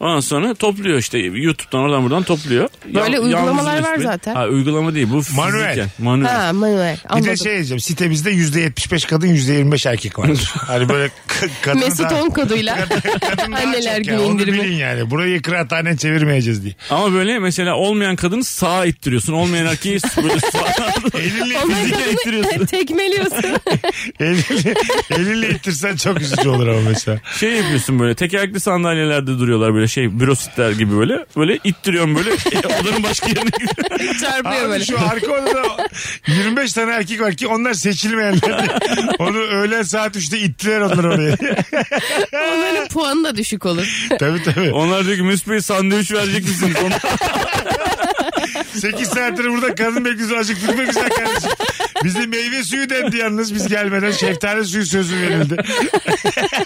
E: Ondan sonra topluyor işte YouTube'dan oradan buradan topluyor.
D: Böyle
E: Yalnız
D: uygulamalar
E: Mesut
D: var
E: Bey-
D: zaten.
E: Ha, uygulama değil bu fiziken.
C: Manuel.
E: Manuel.
D: Ha, manuel.
C: Bir
D: Anladım.
C: de şey diyeceğim sitemizde %75 kadın %25 erkek var. hani böyle k- kadın
D: Mesut
C: daha,
D: on koduyla.
C: kadın daha
D: Anneler
C: çok
D: günü
C: ya. Onu
D: indirimi.
C: bilin yani. Burayı kıraathane çevirmeyeceğiz diye.
E: Ama böyle mesela olmayan kadını sağa ittiriyorsun. Olmayan erkeği böyle sağa
C: Elinle,
D: Onların
E: fiziken ittiriyorsun.
D: kadını tekmeliyorsun.
C: elinle, elinle ittirsen çok üzücü olur ama mesela.
E: Şey yapıyorsun böyle tekerlekli sandalyelerde duruyorlar böyle şey bürositler gibi böyle. Böyle ittiriyorum böyle e, odanın başka yerine gidiyor.
D: Çarpıyor
C: Abi
D: böyle.
C: şu arka odada 25 tane erkek var ki onlar seçilmeyenler. Onu öğlen saat 3'te ittiler onları oraya.
D: Onların puanı da düşük olur.
C: tabii tabii.
E: Onlar diyor ki Mesut Bey sandviç verecek misiniz? Onlar-
C: 8 saattir burada kadın bekliyoruz acıktık be güzel kardeşim. Bize meyve suyu dendi yalnız biz gelmeden şeftali suyu sözü verildi.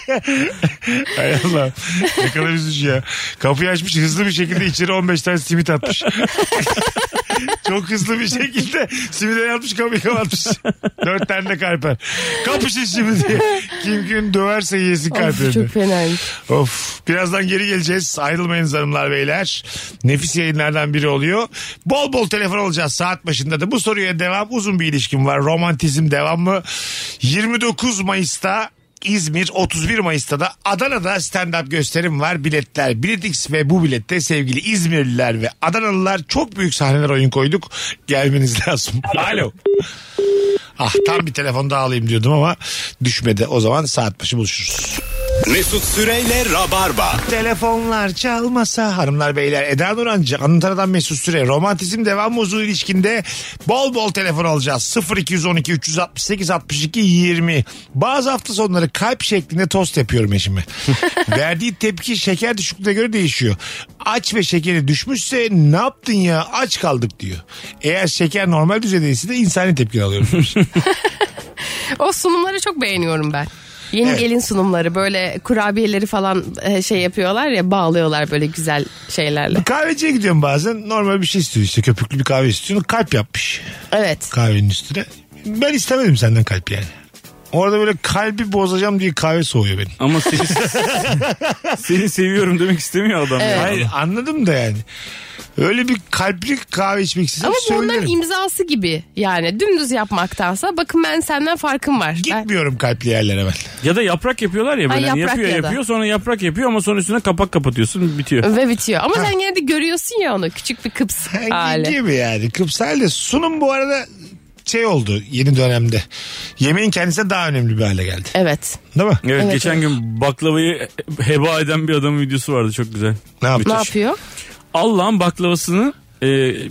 C: Hay Allah. Ne kadar üzücü ya. Kapıyı açmış hızlı bir şekilde içeri 15 tane simit atmış. Çok hızlı bir şekilde simide yatmış kapıyı kapatmış. Dört tane de kalper. Kapışın şimdi diye. Kim kim döverse yesin
D: Of,
C: kalperini.
D: çok fenaymış.
C: Of birazdan geri geleceğiz. Ayrılmayınız hanımlar beyler. Nefis yayınlardan biri oluyor. Bol bol telefon alacağız saat başında da. Bu soruya devam uzun bir ilişkim var. Romantizm devam mı? 29 Mayıs'ta İzmir 31 Mayıs'ta da Adana'da stand-up gösterim var. Biletler Biletix ve bu bilette sevgili İzmirliler ve Adanalılar çok büyük sahneler oyun koyduk. Gelmeniz lazım. Alo. Ah tam bir telefon daha alayım diyordum ama düşmedi. O zaman saat başı buluşuruz.
B: Mesut Süreyle Rabarba.
C: Telefonlar çalmasa hanımlar beyler Eda Nurancı Anıtara'dan Mesut Süre romantizm devam uzun ilişkinde bol bol telefon alacağız 0212 368 62 20 bazı hafta sonları kalp şeklinde tost yapıyorum eşime verdiği tepki şeker düşüklüğüne göre değişiyor aç ve şekeri düşmüşse ne yaptın ya aç kaldık diyor eğer şeker normal düzeydeyse de insani tepki alıyorum
D: O sunumları çok beğeniyorum ben. Yeni
C: Evet.
D: gelin sunumları böyle kurabiyeleri falan e, şey yapıyorlar ya bağlıyorlar böyle güzel şeylerle.
C: kahveciye gidiyorum bazen normal bir şey istiyor işte köpüklü bir kahve istiyor kalp yapmış
D: Evet.
C: kahvenin üstüne. Ben istemedim senden kalp yani. Orada böyle kalbi bozacağım diye kahve soğuyor benim.
E: Ama seni, seni seviyorum demek istemiyor adam. ya.
C: Hayır anladım da yani. Öyle bir kalpli kahve içmek istesem
D: Ama bu onların
C: söylerim.
D: imzası gibi yani dümdüz yapmaktansa bakın ben senden farkım var. Ben-
C: Gitmiyorum kalpli yerlere ben.
E: Ya da yaprak yapıyorlar ya böyle. Hani
D: Ay, yaprak
E: yapıyor
D: ya da.
E: yapıyor sonra yaprak yapıyor ama sonra üstüne kapak kapatıyorsun bitiyor.
D: Ve bitiyor. Ama sen gene de görüyorsun ya onu küçük bir kıps
C: Hangi
D: hali.
C: gibi yani. Kıpsal halde sunum bu arada şey oldu yeni dönemde. Yemeğin kendisine daha önemli bir hale geldi.
D: Evet.
C: Değil mi?
E: Evet,
D: Evet,
E: geçen
D: evet.
E: gün baklavayı heba eden bir adamın videosu vardı çok güzel.
C: Ne
D: Ne
C: yaptın?
D: yapıyor?
E: Allah'ın baklavasını e,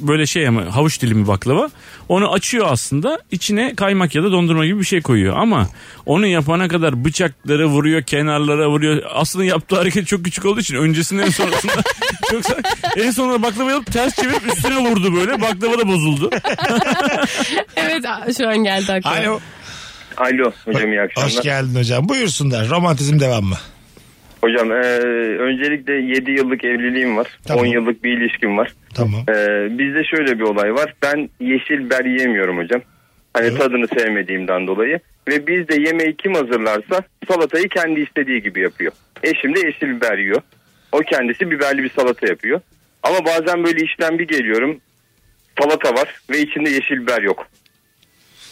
E: böyle şey ama havuç dilimi baklava. Onu açıyor aslında içine kaymak ya da dondurma gibi bir şey koyuyor. Ama onu yapana kadar bıçaklara vuruyor kenarlara vuruyor. Aslında yaptığı hareket çok küçük olduğu için öncesinde en sonrasında çok en sonunda baklavayı alıp ters çevirip üstüne vurdu böyle. Baklava da bozuldu.
D: Evet a- şu an geldi aklıma.
C: Alo.
I: Alo hocam iyi
C: Hoş
I: akşamlar.
C: geldin hocam. Buyursunlar. Romantizm devam mı?
I: Hocam e, öncelikle 7 yıllık evliliğim var.
C: Tamam.
I: 10 yıllık bir ilişkim var.
C: Tamam.
I: E, bizde şöyle bir olay var. Ben yeşil biber yiyemiyorum hocam. Hani
C: Evet.
I: tadını sevmediğimden dolayı. Ve bizde yemeği kim hazırlarsa salatayı kendi istediği gibi yapıyor. Eşim de yeşil biber yiyor. O kendisi biberli bir salata yapıyor. Ama bazen böyle işten bir geliyorum. Salata var ve içinde yeşil biber yok.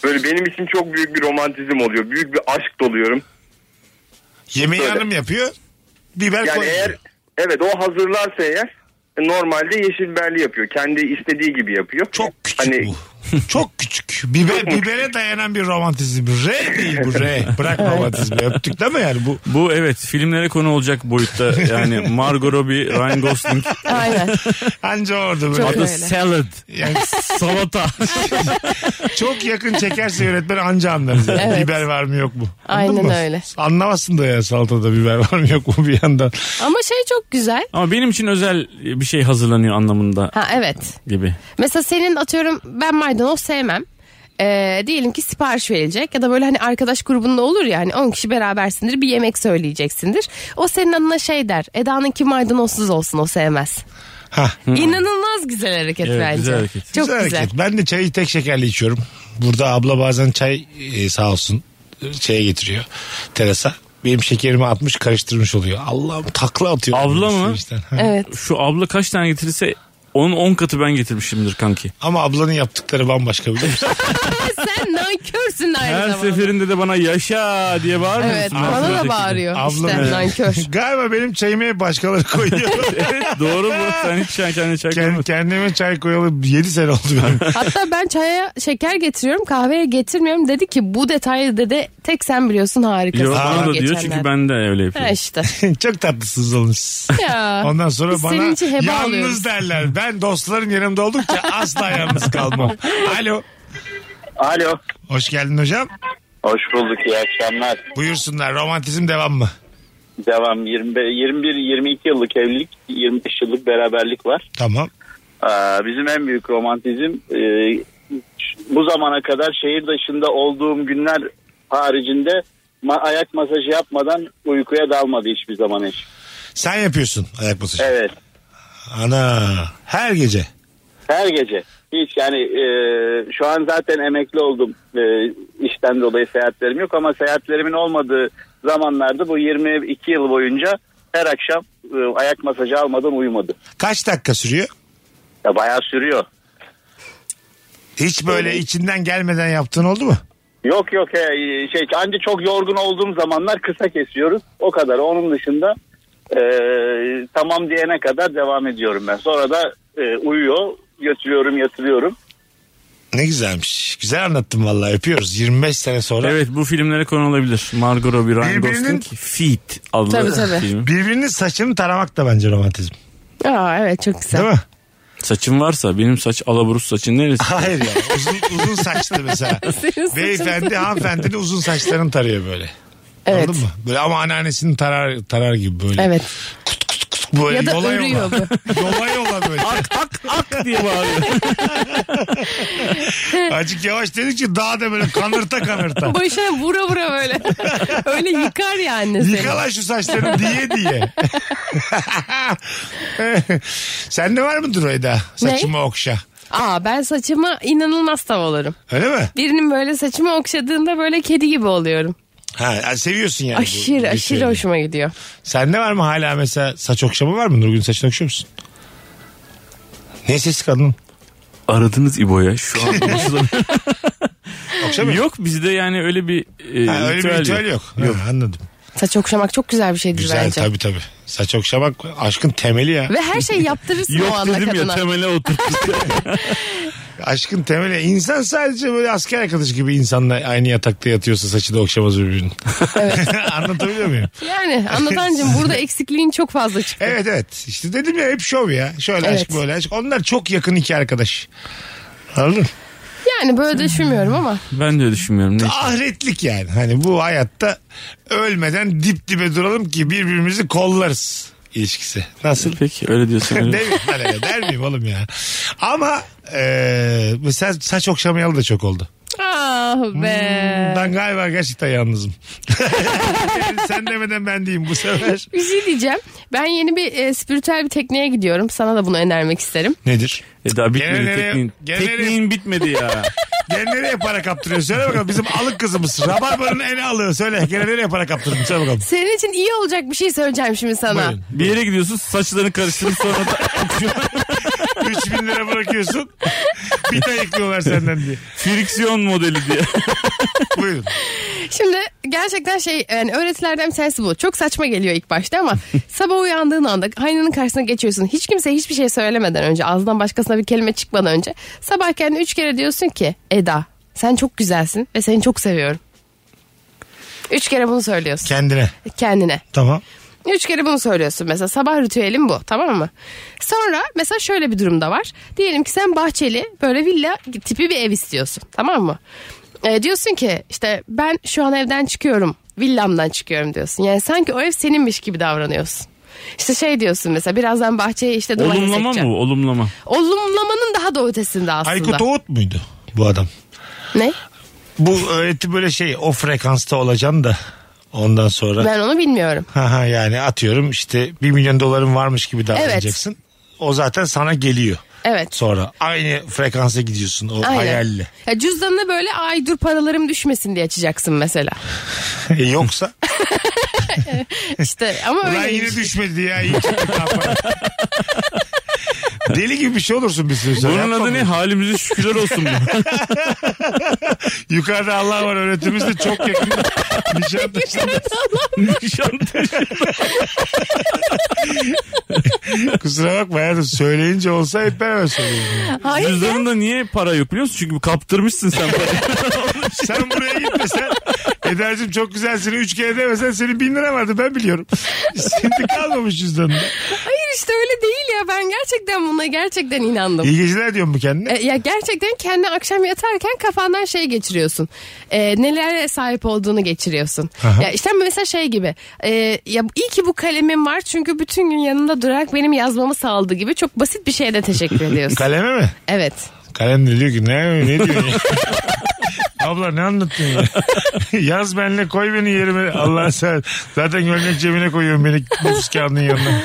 I: Böyle benim için çok büyük bir romantizm oluyor. Büyük bir aşk doluyorum.
C: Yemeği
I: Böyle.
C: hanım yapıyor. Biber
I: Yani
C: koyuyor.
I: eğer evet o hazırlarsa eğer e, normalde yeşil biberli yapıyor. Kendi istediği gibi yapıyor.
C: Çok küçük
I: Hani-
C: bu. Çok küçük. Biber, bibere dayanan bir romantizm. R değil bu R. Bırak romantizmi. Öptük değil mi yani bu?
E: Bu evet filmlere konu olacak boyutta. Yani Margot Robbie, Ryan Gosling.
D: Aynen.
C: Anca orada böyle.
D: Çok
E: Adı
D: Öyle.
E: Salad.
C: Yani
E: Salata.
C: çok yakın çekerse yönetmen anca anlarız. yani.
D: Evet.
C: Biber var mı yok mu?
D: Aynen
C: mı?
D: öyle.
C: Anlamazsın da ya salatada biber var mı yok mu bir yandan.
D: Ama şey çok güzel.
E: Ama benim için özel bir şey hazırlanıyor anlamında
D: Ha evet.
E: gibi.
D: Mesela senin atıyorum ben maydanoz sevmem. Ee, diyelim ki sipariş verilecek ya da böyle hani arkadaş grubunda olur ya hani 10 kişi berabersindir bir yemek söyleyeceksindir. O senin adına şey der Eda'nınki maydanozsuz olsun o sevmez.
C: Hah.
D: İnanılmaz güzel hareket
E: Evet,
D: bence.
E: güzel hareket.
D: Çok güzel.
C: hareket. Ben de çayı tek şekerli içiyorum. Burada abla bazen çay e, sağ olsun e, şeye getiriyor. Terasa. Benim şekerimi atmış karıştırmış oluyor. Allah'ım takla atıyor.
E: Abla mı?
C: Sevinçten. Ha.
D: Evet.
E: Şu abla kaç tane getirirse onun 10 katı ben getirmişimdir kanki.
C: Ama ablanın yaptıkları bambaşka biliyor musun?
D: Sen nankörsün aynı
E: Her
D: zamanda.
E: seferinde de bana yaşa diye bağırmıyorsun.
D: Evet
E: Ben
D: bana da
E: sıradaki-
D: bağırıyor
C: Ablam
D: işte
C: evet.
D: nankör.
C: Galiba benim çayımı hep başkaları koyuyor.
E: Evet doğru bu. Sen hiç sen kendine çay
C: Kend-
E: koymadın.
C: kendime çay koyalı 7 sene oldu benim.
D: Hatta ben çaya şeker getiriyorum kahveye getirmiyorum dedi ki bu detayı dedi tek sen biliyorsun harikasın.
E: Yok bana da diyor çünkü
D: Geçenlerde.
E: ben de öyle
D: Ha
E: yapıyorum.
D: işte.
C: Çok tatlısınız olmuş.
D: Ya.
C: Ondan sonra
D: Biz
C: bana
D: senin için heba
C: yalnız
D: alıyoruz.
C: derler. Ben dostların yanımda oldukça asla yalnız kalmam. Alo.
I: Alo.
C: Hoş geldin hocam.
I: Hoş bulduk iyi akşamlar.
C: Buyursunlar romantizm devam mı?
I: Devam 21-22 yıllık evlilik 25 yıllık beraberlik var.
C: Tamam.
I: Ee, Bizim en büyük romantizm e, bu zamana kadar şehir dışında olduğum günler haricinde ma- ayak masajı yapmadan uykuya dalmadı hiçbir zaman eş.
C: Sen yapıyorsun ayak masajı.
I: Evet.
C: Ana her gece.
I: Her gece. Hiç yani e, şu an zaten emekli oldum. E, işten dolayı seyahatlerim yok ama seyahatlerimin olmadığı zamanlarda bu 22 yıl boyunca her akşam e, ayak masajı almadan uyumadı.
C: Kaç dakika sürüyor?
I: Ya bayağı sürüyor.
C: Hiç böyle içinden gelmeden yaptığın oldu mu?
K: Yok yok e, şey anca çok yorgun olduğum zamanlar kısa kesiyoruz. O kadar. Onun dışında e, tamam diyene kadar devam ediyorum ben. Sonra da e, uyuyor, götürüyorum, yatırıyorum.
C: Ne güzelmiş. Güzel anlattın vallahi öpüyoruz. 25 sene sonra.
E: Evet bu filmlere konu olabilir. Margot Robbie, Ryan
C: Birbirinin-
E: Gosling, Feet adlı
D: Tabii, tabii.
E: filmi.
C: Birbirinin saçını taramak da bence romantizm.
D: Aa, evet çok güzel.
C: Değil mi?
E: Saçın varsa benim saç alaburus saçın neresi?
C: Hayır ya. Uzun, uzun saçlı mesela.
D: Senin
C: Beyefendi
D: saçın-
C: hanımefendinin uzun saçlarını tarıyor böyle.
D: Evet.
C: Anladın mı? Böyle ama anneannesini tarar, tarar gibi böyle.
D: Evet.
C: Böyle
D: Ya da
C: yola
D: örüyor
C: yola. yola yola böyle.
E: ak ak diye bağırıyor.
C: Azıcık yavaş dedikçe daha da böyle kanırta kanırta.
D: Başına vura vura böyle. Öyle yıkar yani seni.
C: Yıka lan şu saçlarını diye diye. Sen de var mıdır o Eda? Saçımı okşa.
D: Aa ben saçıma inanılmaz tav olurum.
C: Öyle mi?
D: Birinin böyle saçımı okşadığında böyle kedi gibi oluyorum.
C: Ha, e, seviyorsun yani. bu- şey.
D: aşırı
C: bu
D: aşırı
C: şeyi.
D: hoşuma gidiyor.
C: Sende var mı hala mesela saç okşama var mı? Nurgül saçını okşuyor musun? Ne sesi kadın?
E: Aradınız İbo'ya şu an konuşulamıyor.
C: Okşamıyor.
E: Yok bizde yani öyle bir e,
C: Ha, öyle bir
E: ritüel
C: ritüel yok. yok. Ha, anladım.
D: Saç okşamak çok güzel bir şeydir
C: Güzel
D: bence.
C: tabii tabii. Saç okşamak aşkın temeli ya.
D: Ve her şeyi yaptırırsın o
E: Yok
D: anda
E: dedim ya
D: kadına.
E: temele oturttu.
C: Aşkın temeli. İnsan sadece böyle asker arkadaş gibi insanla aynı yatakta yatıyorsa saçı da okşamaz birbirini. Anlatabiliyor muyum?
D: yani anlatancım burada eksikliğin çok fazla çıktı.
C: Evet evet. İşte dedim ya hep şov ya. Şöyle
D: Evet.
C: aşk böyle aşk. Onlar çok yakın iki arkadaş. Anladın?
D: Yani böyle düşünmüyorum ama.
E: Ben de öyle düşünmüyorum. Ne?
C: Ahretlik yani. Hani bu hayatta ölmeden dip dibe duralım ki birbirimizi kollarız ilişkisi. Nasıl?
E: Peki öyle diyorsun.
C: der,
E: Öyle.
C: miyim lan ya? der miyim oğlum ya? Ama e, mesela saç okşamayalı da çok oldu.
D: Ah
C: Hmm.
D: be.
C: Ben galiba gerçekten yalnızım. Yani sen demeden ben diyeyim bu sefer.
D: Bir şey diyeceğim. Ben yeni bir e, spiritüel bir tekniğe gidiyorum. Sana da bunu önermek isterim.
C: Nedir?
E: E daha bitmedi
C: Gene nereye-
E: tekniğin.
C: gene nereye-
E: tekniğin bitmedi ya.
C: Gene nereye para kaptırıyor? Söyle bakalım bizim alık kızımız. Rabarbanın en alığı. Söyle gene nereye para kaptırdın? Söyle bakalım.
D: Senin için iyi olacak bir şey söyleyeceğim şimdi sana.
C: Buyurun.
E: Bir yere gidiyorsun saçlarını karıştırıp sonra da
C: 3000 lira bırakıyorsun. Bir tane yıkıyorlar senden diye.
E: friksiyon modeli diye.
C: Buyurun.
D: Şimdi gerçekten şey yani öğretilerden bir tanesi bu. Çok saçma geliyor ilk başta ama sabah uyandığın anda aynanın karşısına geçiyorsun. Hiç kimseye hiçbir şey söylemeden önce ağzından başkasına bir kelime çıkmadan önce sabah kendine üç kere diyorsun ki Eda sen çok güzelsin ve seni çok seviyorum. Üç kere bunu söylüyorsun
C: Kendine.
D: kendine.
C: Tamam.
D: Üç kere bunu söylüyorsun mesela sabah ritüelin bu tamam mı? Sonra mesela şöyle bir durumda var. Diyelim ki sen bahçeli böyle villa tipi bir ev istiyorsun tamam mı? Ee, diyorsun ki işte ben şu an evden çıkıyorum villamdan çıkıyorum diyorsun. Yani sanki o ev seninmiş gibi davranıyorsun. İşte şey diyorsun mesela birazdan bahçeye işte domates
E: Olumlama
D: ekeceğim.
E: mı? Olumlama.
D: Olumlamanın daha da ötesinde aslında.
C: Aykut Oğut muydu bu adam?
D: Ne?
C: Bu öğreti böyle şey o frekansta olacaksın da ondan sonra.
D: Ben onu bilmiyorum.
C: Ha ha yani atıyorum işte 1 milyon doların varmış gibi davranacaksın. O zaten sana geliyor.
D: Evet.
C: Sonra aynı frekansa gidiyorsun o
D: Aynen.
C: hayalle.
D: Ya cüzdanını böyle ay dur paralarım düşmesin diye açacaksın mesela.
C: E, Yoksa
D: İşte ama öyle.
C: Ulan
D: bir
C: yine
D: şey.
C: düşmedi ya. iyi çıktı kafa. Deli gibi bir şey olursun bir süre sonra.
E: Bunun
C: Yapma
E: adı ne?
C: bunu.
E: Halimize şükürler olsun. bu.
C: Yukarıda Allah var öğretimiz de çok yakın. Nişantaşı'nda.
E: Nişantaşı.
C: Kusura bakma hayatım söyleyince olsa hep beraber söylüyorum.
D: Hayır ya.
E: Cüzdanında niye para yok biliyor musun? Çünkü kaptırmışsın sen parayı.
C: Sen buraya gitmesen Edercim çok güzelsin üç kere demesen senin bin lira vardı ben biliyorum. Şimdi kalmamış cüzdanında.
D: Hayır işte öyle değil ya ben gerçekten buna gerçekten inandım.
C: İyi geceler diyorum bu kendine.
D: E, ya gerçekten kendi akşam yatarken kafandan şey geçiriyorsun. E, nelere sahip olduğunu geçiriyorsun.
C: Aha.
D: Ya işte mesela şey gibi. E, ya iyi ki bu kalemim var çünkü bütün gün yanında durarak benim yazmamı sağladı gibi çok basit bir şeye de teşekkür ediyorsun.
C: Kaleme mi?
D: evet.
C: Kalem de diyor ki ne, ne diyorsun ya? Abla ne anlattın ya? Yaz benle koy beni yerime. Allah sen. Zaten gömlek cebine koyuyorum beni nüfus kağıdının yanına.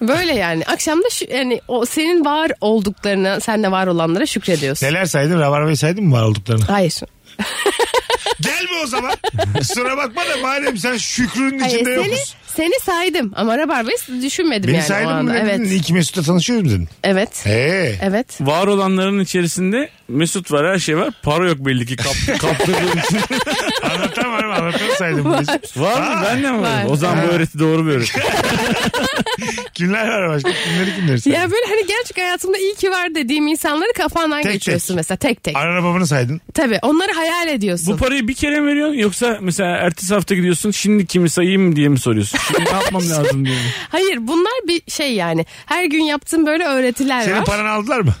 D: Böyle yani akşamda şu, yani o senin var olduklarına, sende var olanlara şükrediyorsun.
C: Neler saydın? Rabarbayı saydın mı var olduklarını?
D: Hayır.
C: Gelme o zaman. Kusura bakma da madem sen şükrünün
D: Hayır
C: içinde
D: seni,
C: yoksun.
D: seni saydım ama Rabarba'yı düşünmedim
C: Beni
D: yani o
C: saydın mı
D: anda.
C: dedin?
D: Evet.
C: İyi ki Mesut'la tanışıyoruz mu dedin?
D: Evet.
C: Ee,
D: Evet.
E: Var olanların içerisinde Mesut var her şey var. Para yok belli ki kap, kaptırdığım için.
C: Anlatamam anlatamasaydım.
D: Var.
C: biz.
E: Var mı? Ben de mi?
D: Var.
E: varım? O zaman bu öğreti doğru bir öğreti.
C: Kimler var başka? Kimleri kimleri saydın?
D: Ya böyle hani gerçek hayatımda iyi ki var dediğim insanları kafandan
C: Tek
D: geçiyorsun
C: tek.
D: mesela tek tek.
C: Anana babanı saydın.
D: Tabii onları hayal ediyorsun.
E: Bu parayı bir kere mi veriyorsun yoksa mesela ertesi hafta gidiyorsun şimdi kimi sayayım mı diye mi soruyorsun? Şimdi ne yapmam lazım diye mi?
D: Hayır bunlar bir şey yani. Her gün yaptığım böyle öğretiler
C: Senin
D: var.
C: paranı aldılar mı?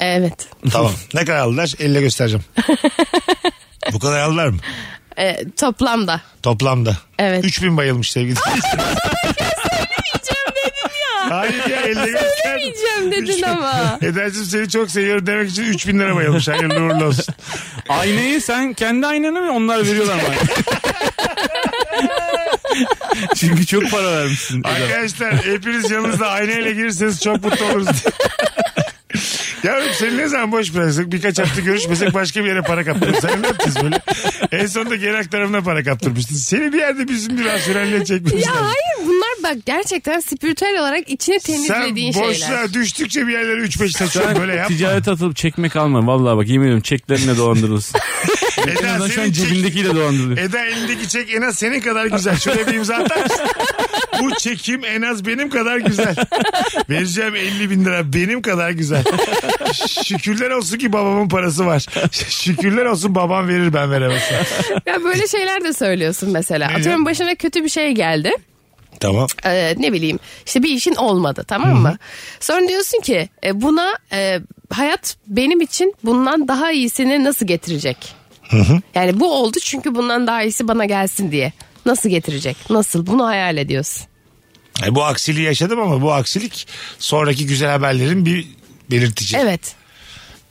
D: evet.
C: tamam. Ne kadar aldılar? Elle göstereceğim. Bu kadar aldılar mı?
D: Ee, toplamda.
C: Toplamda.
D: Evet.
C: 3000 bayılmış sevgili dinleyiciler. Hayır ya elle gösterdim.
D: Yemeyeceğim dedin ama.
C: Edercim seni çok seviyorum demek için 3000 lira bayılmış. Hayırlı uğurlu olsun.
E: Aynayı sen kendi aynanı mı onlar veriyorlar mı? Çünkü çok para vermişsin.
C: Arkadaşlar hepiniz yanınızda aynayla girirseniz çok mutlu oluruz. Yavrum seni ne zaman boş bıraksak birkaç hafta görüşmesek başka bir yere para kaptırırız. Sen ne yaptınız böyle? En sonunda genel tarafına para kaptırmıştın. Seni bir yerde bizim bir rasyonelliğe çekmişler.
D: Ya hayır bunlar bak gerçekten spiritüel olarak içini
C: Sen
D: temizlediğin
C: boşluğa
D: şeyler.
C: düştükçe bir yerlere 3-5
E: Sen
C: saçıyorsun böyle yapma.
E: ticaret atılıp çekmek alma. Vallahi bak yemin ediyorum çeklerine dolandırılsın. en
C: Eda,
E: azından şu an
C: senin çek- E,
E: cebindekiyle dolandırılıyor.
C: Eda elindeki çek en az senin kadar güzel. Şöyle bir imza atar mısın? Bu çekim en az benim kadar güzel. Vereceğim 50 bin lira benim kadar güzel. Şükürler olsun ki babamın parası var. Şükürler olsun babam verir ben veremezsem.
D: Ya böyle şeyler de söylüyorsun mesela. Atıyorum başına kötü bir şey geldi.
C: Tamam.
D: Ee, ne bileyim işte bir işin olmadı tamam mı? Sonra diyorsun ki e, buna e, hayat benim için bundan daha iyisini nasıl getirecek? Yani bu oldu çünkü bundan daha iyisi bana gelsin diye. Nasıl getirecek? Nasıl? Bunu hayal ediyorsun.
C: E, bu aksiliği yaşadım ama bu aksilik sonraki güzel haberlerin bir belirtici.
D: Evet.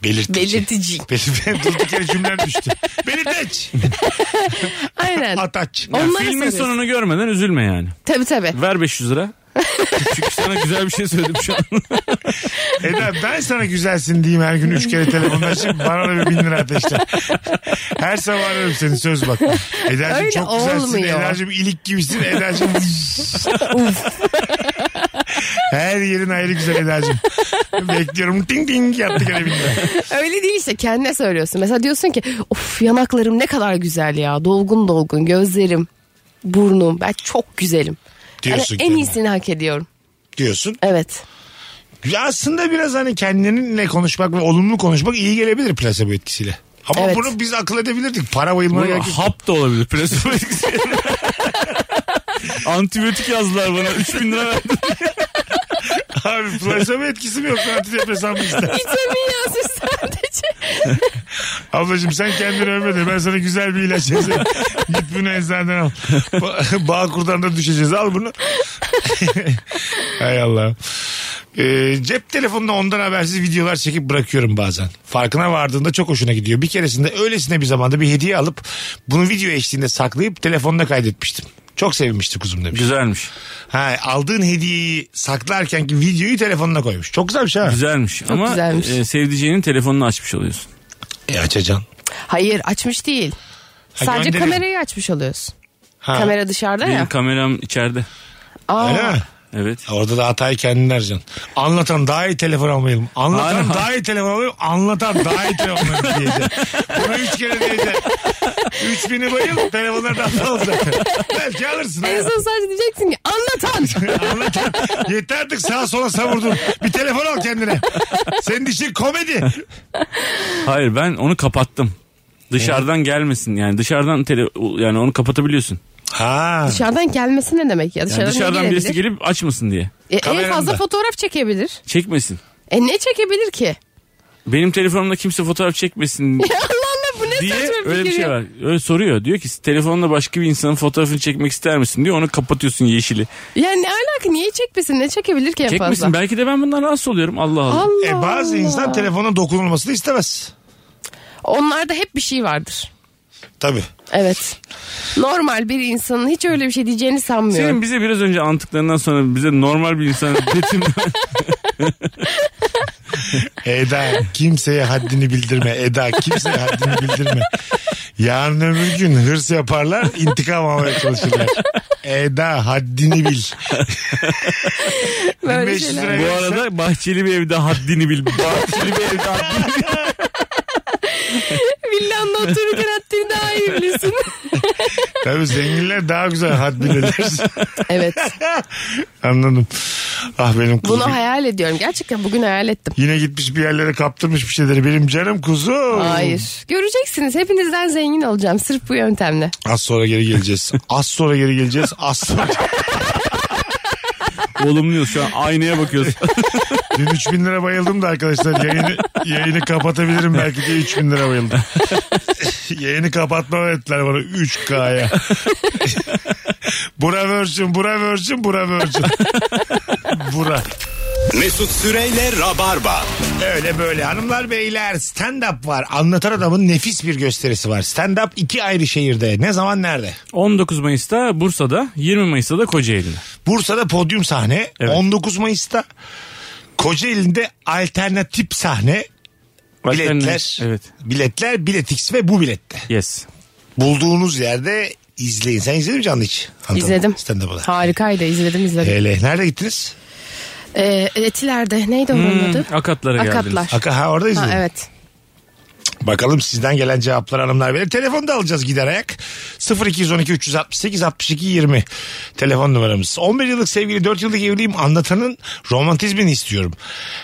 C: Belirtici.
D: Belirtici.
C: Belir- Durduk yere cümlem düştü. Belirteç.
D: Aynen.
C: Ataç.
E: Ya
D: Onları
E: filmin
D: seviyorsun.
E: sonunu görmeden üzülme yani.
D: Tabii tabii.
E: Ver 500 lira. Çünkü sana güzel bir şey söyledim şu an.
C: Eda ben sana güzelsin diyeyim her gün üç kere telefonda şimdi bana da bir bin lira ateşle. Her sabah ararım seni söz bak. Eda'cığım
D: Öyle
C: çok güzelsin.
D: olmuyor.
C: Eda'cığım ilik gibisin. Eda'cığım her yerin ayrı güzel Eda'cığım. Bekliyorum. Ding ding yattı gene bin lira.
D: Öyle değil işte kendine söylüyorsun. Mesela diyorsun ki of yanaklarım ne kadar güzel ya. Dolgun dolgun gözlerim, burnum. Ben çok güzelim.
C: Diyorsun
D: yani Hani en
C: kendine.
D: iyisini hak ediyorum.
C: Diyorsun.
D: Evet.
C: Ya Aslında biraz hani kendinle konuşmak ve olumlu konuşmak iyi gelebilir plasebo etkisiyle. Ama
D: Evet.
C: bunu biz akıl edebilirdik. Para bayılmaya
E: Bana
C: gerek yok.
E: hap da olabilir. Plasebo etkisi. Antibiyotik yazdılar bana. 3000 lira verdim.
C: Abi plasebo etkisi mi yoksa antidepresan mı ister?
D: Vitamin yazmış sadece.
C: Ablacığım sen kendini övme de ben sana güzel bir ilaç yazayım. Git bunu eczaneden al. Ba- Bağkur'dan da düşeceğiz al bunu. Hay Allah. Ee, cep telefonuna ondan habersiz videolar çekip bırakıyorum bazen. Farkına vardığında çok hoşuna gidiyor. Bir keresinde öylesine bir zamanda bir hediye alıp bunu video eşliğinde saklayıp telefonuna kaydetmiştim. Çok sevinmişti kuzum demiş.
E: Güzelmiş.
C: Ha, aldığın hediyeyi saklarken ki videoyu telefonuna koymuş. Çok güzelmiş ha.
E: Güzelmiş. Ama
D: güzelmiş.
E: e, sevdiceğinin telefonunu açmış oluyorsun.
C: E, açacaksın.
D: Hayır açmış değil.
C: Ha,
D: Sadece
C: gönderin.
D: kamerayı açacaksın. açmış oluyorsun.
C: Ha.
D: Kamera dışarıda
E: Benim
D: ya.
E: kameram içeride.
D: Aa,
C: Öyle mi?
E: Evet.
C: Orada da hatayı kendin arayacaksın. Anlatan daha iyi telefon almayalım. Anlatan
E: Aynen.
C: daha iyi telefon almayalım. Anlatan daha iyi telefon almayalım diyeceksin. Bunu üç kere diyeceksin. Üç bini bayıl telefonlar da aptal zaten. Belki alırsın.
D: En son sadece diyeceksin ki anlatan.
C: Anlatan yeter artık sağa sola savurdun. Bir telefon al kendine. Senin işin komedi.
E: Hayır ben onu kapattım. Dışarıdan gelmesin yani dışarıdan tele, yani onu kapatabiliyorsun.
C: Ha.
D: dışarıdan gelmesi ne demek ya?
E: Yani
D: Dışarıdan, ne
E: dışarıdan
D: gelebilir?
E: birisi gelip açmasın diye.
D: E, en
C: Kameranın da.
D: fazla fotoğraf çekebilir.
E: Çekmesin.
D: E ne çekebilir ki?
E: Benim telefonumda kimse fotoğraf çekmesin
D: Allah Allah bu ne
E: diye
D: saçma
E: öyle bir
D: fikir
E: şey
D: ya.
E: var. Öyle soruyor. Diyor ki telefonla başka bir insanın fotoğrafını çekmek ister misin diyor. Onu kapatıyorsun yeşili.
D: Yani ne alaka niye çekmesin ne çekebilir ki en
E: Çekmesin.
D: fazla?
E: Belki de ben bundan rahatsız oluyorum. Allah Allah.
D: Allah
C: E bazı
D: Allah.
C: insan telefonun dokunulmasını istemez.
D: Onlarda hep bir şey vardır.
C: Tabii.
D: Evet. Normal bir insanın hiç öyle bir şey diyeceğini sanmıyorum.
E: Senin bize biraz önce antıklarından sonra bize normal bir insan betimle
C: Eda kimseye haddini bildirme. Eda kimseye haddini bildirme. Yarın öbür gün hırs yaparlar intikam almaya çalışırlar. Eda haddini bil.
D: Böyle
C: 1500
D: şeyler.
C: lira
E: Bu arada bahçeli bir evde haddini bil. Bahçeli bir evde haddini bil.
D: Villanda otururken haddini daha iyi bilirsin.
C: Tabii zenginler daha güzel had bilirler.
D: evet.
C: Anladım. Ah benim kuzum.
D: Bunu hayal ediyorum. Gerçekten bugün hayal ettim.
C: Yine gitmiş bir yerlere kaptırmış bir şeyleri. Benim canım kuzum.
D: Hayır. Göreceksiniz. Hepinizden zengin olacağım. Sırf bu yöntemle.
C: Az sonra geri geleceğiz. Az sonra geri geleceğiz. Az sonra.
E: Olumluyuz şu an aynaya bakıyoruz.
C: Dün 3000 lira bayıldım da arkadaşlar. Yayını, yayını kapatabilirim belki de 3000 lira bayıldım. yayını kapatma öğrettiler bana 3K'ya. bura version, bura version, bura version. bura.
B: Mesut Süreyle Rabarba.
C: Öyle böyle hanımlar beyler stand up var. Anlatan adamın nefis bir gösterisi var. Stand up iki ayrı şehirde. Ne zaman nerede?
E: 19 Mayıs'ta Bursa'da, 20 Mayıs'ta da Kocaeli'de.
C: Bursa'da podyum sahne. 19 Mayıs'ta Kocaeli'nde alternatif sahne.
E: Alternatif,
C: Biletler.
E: evet.
C: Biletler, biletix ve bu bilette.
E: Yes.
C: Bulduğunuz yerde izleyin. Sen izledin mi canlı hiç? Anlatalım.
D: İzledim.
C: Stand-up'ı da.
D: Harikaydı. izledim izledim.
C: Hele. Nerede gittiniz?
D: Ee, Etiler'de. Neydi onun
E: Hmm,
D: adı?
E: Akatlara geldiniz.
D: Akatlar.
C: Aka, ha, orada izledim.
D: Ha, evet.
C: Bakalım sizden gelen cevaplar hanımlar beyler. Telefonu da alacağız gider ayak. 0212 368 62 20 telefon numaramız. 11 yıllık sevgili 4 yıllık evliyim anlatanın romantizmini istiyorum.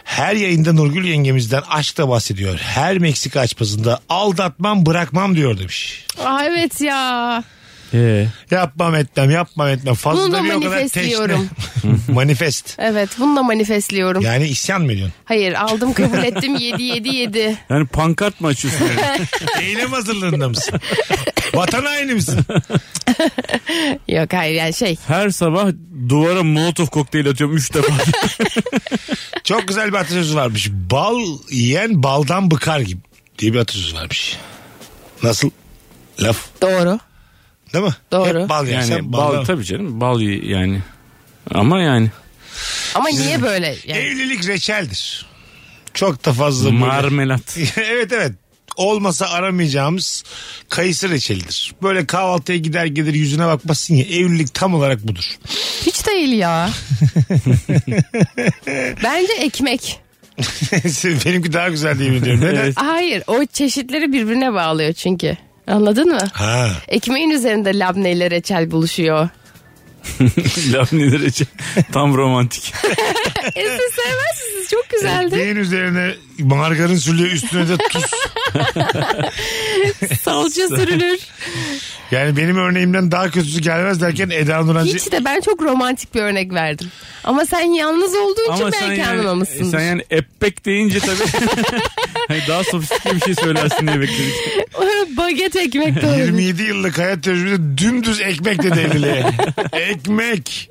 C: Her yayında Nurgül yengemizden aşkta bahsediyor. Her Meksika açmasında aldatmam bırakmam diyor demiş.
D: Aa, evet ya.
E: Ee,
C: Yapmam etmem yapmam etmem. Fazla
D: Bunu da
C: bir o kadar teşne.
D: manifestliyorum.
C: Manifest.
D: Evet bunu da manifestliyorum.
C: Yani isyan mı ediyorsun?
D: Hayır aldım kabul ettim 7 7 7.
E: yani pankart mı açıyorsun?
C: Eylem hazırlığında mısın? Vatan haini misin?
D: Yok hayır yani şey.
E: Her sabah duvara molotof kokteyl atıyorum 3 defa.
C: Çok güzel bir atasözü varmış. Bal yiyen baldan bıkar gibi diye bir atasözü varmış. Nasıl? Laf.
D: Doğru.
C: Değil mi?
D: Doğru.
C: Hep bal yersen
E: yani bal tabii canım bal y- yani. Ama yani
D: Ama niye böyle? Yani,
C: Evlilik reçeldir. Çok da fazla böyle-
E: marmelat.
C: evet evet. Olmasa aramayacağımız kayısı reçelidir. Böyle kahvaltıya gider gelir yüzüne bakmasın ya evlilik tam olarak budur.
D: hiç değil ya. Bence ekmek.
C: Benimki daha güzel diye biliyorum. Neden?
E: Evet.
D: Hayır o çeşitleri birbirine bağlıyor çünkü. Anladın mı?
C: Ha.
D: Ekmeğin üzerinde labne ile reçel buluşuyor.
E: Laf nedir Ece? Tam romantik.
D: E siz sevmezsiniz çok güzeldi.
C: Ekmeğin üzerine margarin sürülüyor üstüne de tuz.
D: Salça sürülür.
C: Yani benim örneğimden daha kötüsü gelmez derken Eda Nurancı
D: Hiç de ben çok romantik bir örnek verdim. Ama sen yalnız olduğun için
E: Ama sen
D: belki
E: yani,
D: anlamamışsındır.
E: sen yani epek deyince tabii Hani daha sofistike bir şey söylersin diye bekledik.
D: Baget ekmek de olabilir.
C: 27 yıllık hayat tecrübesi dümdüz ekmek dedi evliliğe. ekmek.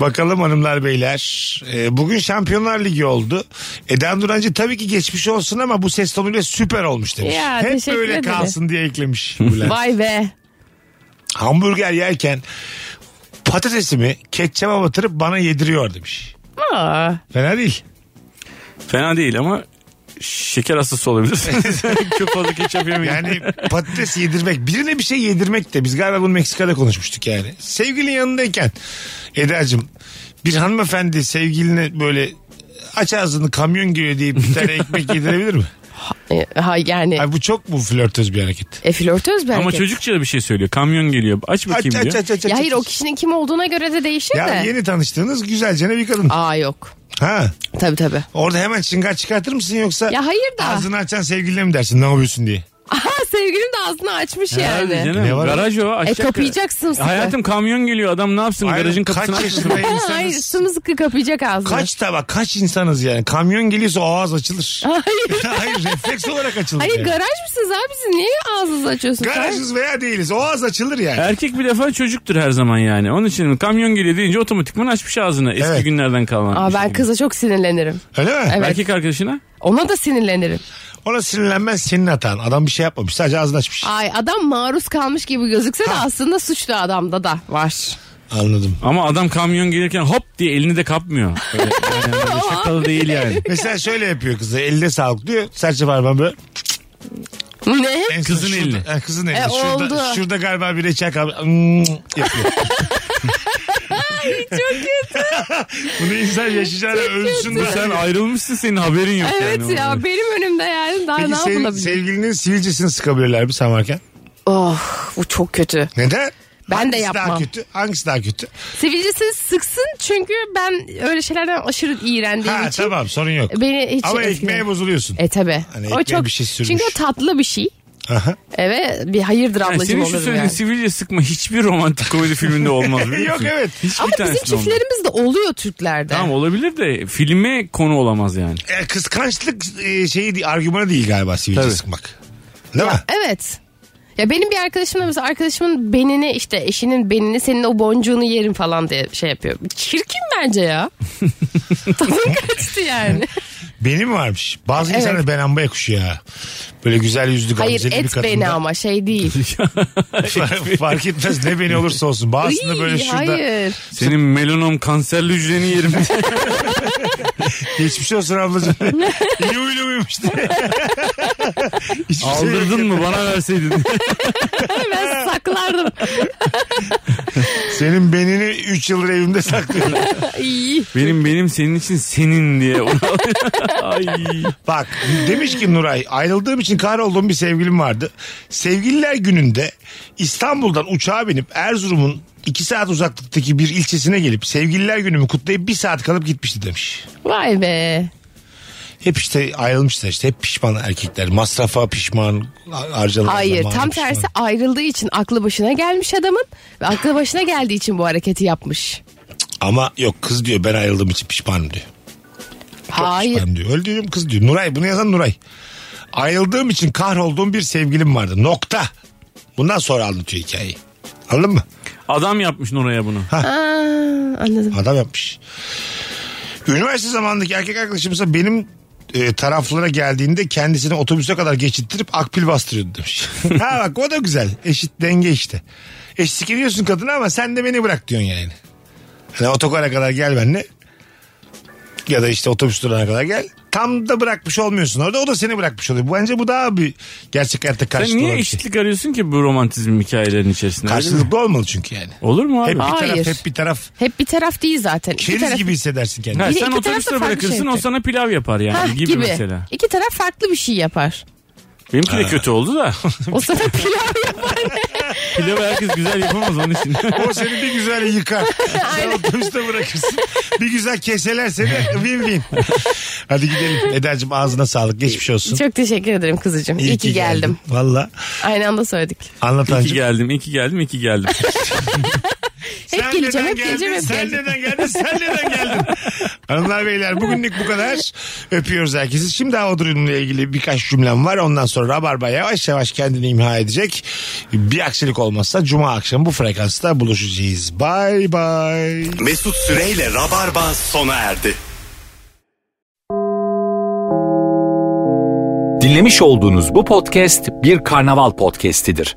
C: Bakalım hanımlar beyler. Ee, bugün Şampiyonlar Ligi oldu. Eda Nurancı tabii ki geçmiş olsun ama bu ses tonuyla süper olmuş demiş.
D: Ya,
C: Hep
D: teşekkür
C: böyle
D: ederim.
C: kalsın diye eklemiş. Bülent.
D: Vay be.
C: Hamburger yerken patatesimi ketçaba batırıp bana yediriyor demiş.
D: Aa,
C: Fena değil.
E: Fena değil ama şeker hastası olabilirsiniz. Çok fazla ketçap yemeyin.
C: Yani patates yedirmek. Birine bir şey yedirmek de. Biz galiba bunu Meksika'da konuşmuştuk yani. Sevgilin yanındayken Eda'cığım bir hanımefendi sevgiline böyle aç ağzını kamyon giriyor deyip bir tane ekmek yedirebilir mi?
D: e, ha yani.
C: Ay bu çok mu flörtöz bir hareket?
D: E flörtöz belki.
E: Ama çocukça da bir şey söylüyor. Kamyon geliyor. Aç
C: Aç
E: bakayım
C: aç,
E: diyor.
C: aç aç aç.
D: Ya
C: aç.
D: hayır o kişinin kim olduğuna göre de değişir
C: Ya
D: de.
C: yeni tanıştığınız güzelcene bir kadın.
D: Aa yok.
C: Ha.
D: Tabii tabii.
C: Orada hemen çıngar çıkartır mısın yoksa?
D: Ya hayır da.
C: Ağzını açan sevgiline mi dersin ne yapıyorsun diye?
D: Aha sevgilim de ağzını açmış
E: Hadi
D: yani.
E: canım,
C: Ne var?
E: Garaj o.
D: E
E: Açacak. E,
D: kapayacaksın sıkı.
E: Hayatım kamyon geliyor. Adam ne yapsın?
C: Aynen,
E: Garajın
C: kaç
E: kapısını açsın.
C: yaşında
D: Hayır
C: insanız?
D: sımsıkı kapayacak ağzını.
C: Kaç tabak kaç insanız yani? Kamyon geliyorsa o ağız açılır. Hayır. Hayır refleks olarak açılır.
D: Hayır
C: yani.
D: garaj mısınız abi siz niye ağzınızı açıyorsunuz?
C: Garajız veya değiliz. O ağız açılır yani.
E: Erkek bir defa çocuktur her zaman yani. Onun için kamyon geliyor deyince otomatikman açmış ağzını. Eski
C: Evet.
E: günlerden kalan.
D: Aa,
E: bir
D: ben
E: şey.
D: kıza çok sinirlenirim.
C: Öyle mi?
D: Evet.
E: Erkek arkadaşına.
D: Ona da sinirlenirim.
C: Ona sinirlenmen senin hatan. Adam bir şey yapmamış. Sadece ağzını açmış.
D: Ay adam maruz kalmış gibi gözükse de aslında suçlu adamda da var.
C: Anladım.
E: Ama adam kamyon gelirken hop diye elini de kapmıyor. Öyle, yani böyle şakalı değil yani.
C: Mesela şöyle yapıyor kızı. Elde sağlık diyor. Serçe parmağım böyle.
D: Ne?
C: En
E: Kızın
C: son şurada-
E: elini.
C: Ha, kızın elini.
D: E,
C: şurada,
D: oldu.
C: şurada galiba bir reçel kalmış. Hmm, yapıyor.
D: Çok kötü.
C: Bunu insan yaşayacağına ölsün.
E: Bu sen ayrılmışsın senin haberin yok
D: evet
E: yani. E,
D: ya benim önümde yani daha
C: Peki
D: ne
C: sev,
D: yapılabilir?
C: sevgilinin sivilcesini sıkabilirler mi sen varken?
D: Oh bu çok kötü.
C: Neden?
D: Ben de
C: Hangisi Daha
D: yapmam.
C: kötü? Hangisi daha kötü?
D: Sivilcesi sıksın çünkü ben öyle şeylerden aşırı iğrendiğim
C: Ha
D: için.
C: tamam sorun yok.
D: Beni hiç
C: Ama ekmeğe
D: etmiyor.
C: bozuluyorsun.
D: E tabi.
C: Hani ekmeğe bir şey sürmüş.
D: Çünkü o tatlı bir şey.
C: Aha.
D: Evet bir hayırdır
E: Yani
D: ablacığım
E: senin şu
D: olur
E: söylediğin
D: yani.
E: sivilce sıkma hiçbir romantik komedi filminde olmaz biliyor
C: Yok,
E: musun?
C: evet.
E: Hiçbir
D: Ama bizim
E: tanesinde olmaz.
D: çiftlerimiz de oluyor Türklerde.
E: Tamam olabilir de filme konu olamaz yani.
C: E, kıskançlık e, şeyi değil, argümanı değil galiba sivilce
E: Tabii.
C: sıkmak. Değil mi?
D: Evet. Ya benim bir arkadaşım da mesela arkadaşımın benini işte eşinin benini senin o boncuğunu yerim falan diye şey yapıyor. Çirkin bence ya. Tadım kaçtı yani.
C: Benim varmış. Bazı
D: Evet.
C: insanlar ben amba yakışıyor ya. Böyle güzel yüzlü
D: Hayır
C: gamzeli bir
D: et
C: kadında.
D: beni ama şey değil.
C: Fark- Fark etmez ne beni olursa olsun. Bazısında
D: Iy,
C: böyle şurada
D: Hayır.
E: Senin melanom kanserli hücreni yerim. Şey-
C: geçmiş olsun ablacığım. İyi huylu muymuş diye. Hiçbir şey yok.
E: Aldırdın mı bana verseydin.
D: Ben saklardım.
C: Senin benini 3 yıldır evimde saklıyorum.
D: İyi.
E: benim benim senin için senin diye. Onu- Ay.
C: Bak demiş ki Nuray ayrıldığım için kahrolduğum bir sevgilim vardı. Sevgililer gününde İstanbul'dan uçağa binip Erzurum'un 2 saat uzaklıktaki bir ilçesine gelip sevgililer günümü kutlayıp 1 saat kalıp gitmişti demiş.
D: Vay be.
C: Hep işte ayrılmışlar işte hep pişman erkekler. Masrafa pişman har- harcanan
D: Hayır
C: zamana
D: tam
C: pişman.
D: tersi ayrıldığı için aklı başına gelmiş adamın ve aklı başına geldiği için bu hareketi yapmış.
C: Ama yok kız diyor ben ayrıldığım için pişmanım diyor.
D: Hayır.
C: Pişmanım diyor. Öyle diyorum kız diyor. Nuray bunu yazan Nuray. Ayrıldığım için kahrolduğum bir sevgilim vardı. Nokta. Bundan sonra anlatıyor hikayeyi. Anladın mı?
E: Adam yapmış Nora'ya bunu.
D: Aa, anladım.
C: Adam yapmış. Üniversite zamanındaki erkek arkadaşımsa benim e, taraflara geldiğinde kendisini otobüse kadar geçittirip akpil bastırıyordu demiş. ha bak o da güzel. Eşit denge işte. Eşlik ediyorsun kadına ama sen de beni bırak diyorsun yani. Hani otogara kadar gel benimle. Ya da işte otobüs durağına kadar gel. Tam da bırakmış olmuyorsun orada. O da seni bırakmış oluyor. Bence bu daha bir gerçek hayatta
E: Sen
C: karşılıklı
E: niye
C: olan bir şey.
E: eşitlik arıyorsun ki bu romantizm hikayelerinin içerisinde? öyle mi?
C: Karşılıklı olmalı çünkü yani.
E: Olur mu abi?
C: Hep bir taraf
D: Hayır.
C: hep bir taraf.
D: Hep bir taraf değil zaten. İki
C: Keriz
D: taraf...
C: gibi hissedersin kendini.
E: Ha,
D: Bir de
E: sen
D: iki taraf da
E: otobüste
D: farklı
E: bırakırsın
D: şey
E: o
D: yapacak.
E: sana pilav yapar yani
D: Hah,
E: gibi,
D: gibi,
E: mesela.
D: İki taraf farklı bir şey yapar.
E: Benimki de kötü oldu da.
D: O sana pilav yapar.
E: Pilavı herkes güzel yapamaz onun için.
C: O seni bir güzel yıkar. Sen otobüste bırakırsın. Bir güzel keseler seni win win. Hadi gidelim. Eda'cığım ağzına sağlık. Geçmiş olsun.
D: Çok teşekkür ederim kızıcığım. İyi, ki geldim.
C: Valla
D: Aynı anda söyledik.
E: iki
C: anlatancım.
E: geldim, iki geldim, iki geldim.
D: Hep
C: Sen
D: geleceğim,
C: neden
D: hep geleceğim,
C: geldin,
D: hep
C: Sen
D: geleceğim.
C: neden geldin? Sen neden geldin? Hanımlar beyler bugünlük bu kadar. Öpüyoruz herkesi. Şimdi hava durumuyla ilgili birkaç cümlem var. Ondan sonra Rabarba yavaş yavaş kendini imha edecek. Bir aksilik olmazsa Cuma akşamı bu frekansta buluşacağız. Bay bay.
B: Mesut Süreyle Rabarba sona erdi.
A: Dinlemiş olduğunuz bu podcast bir karnaval podcastidir.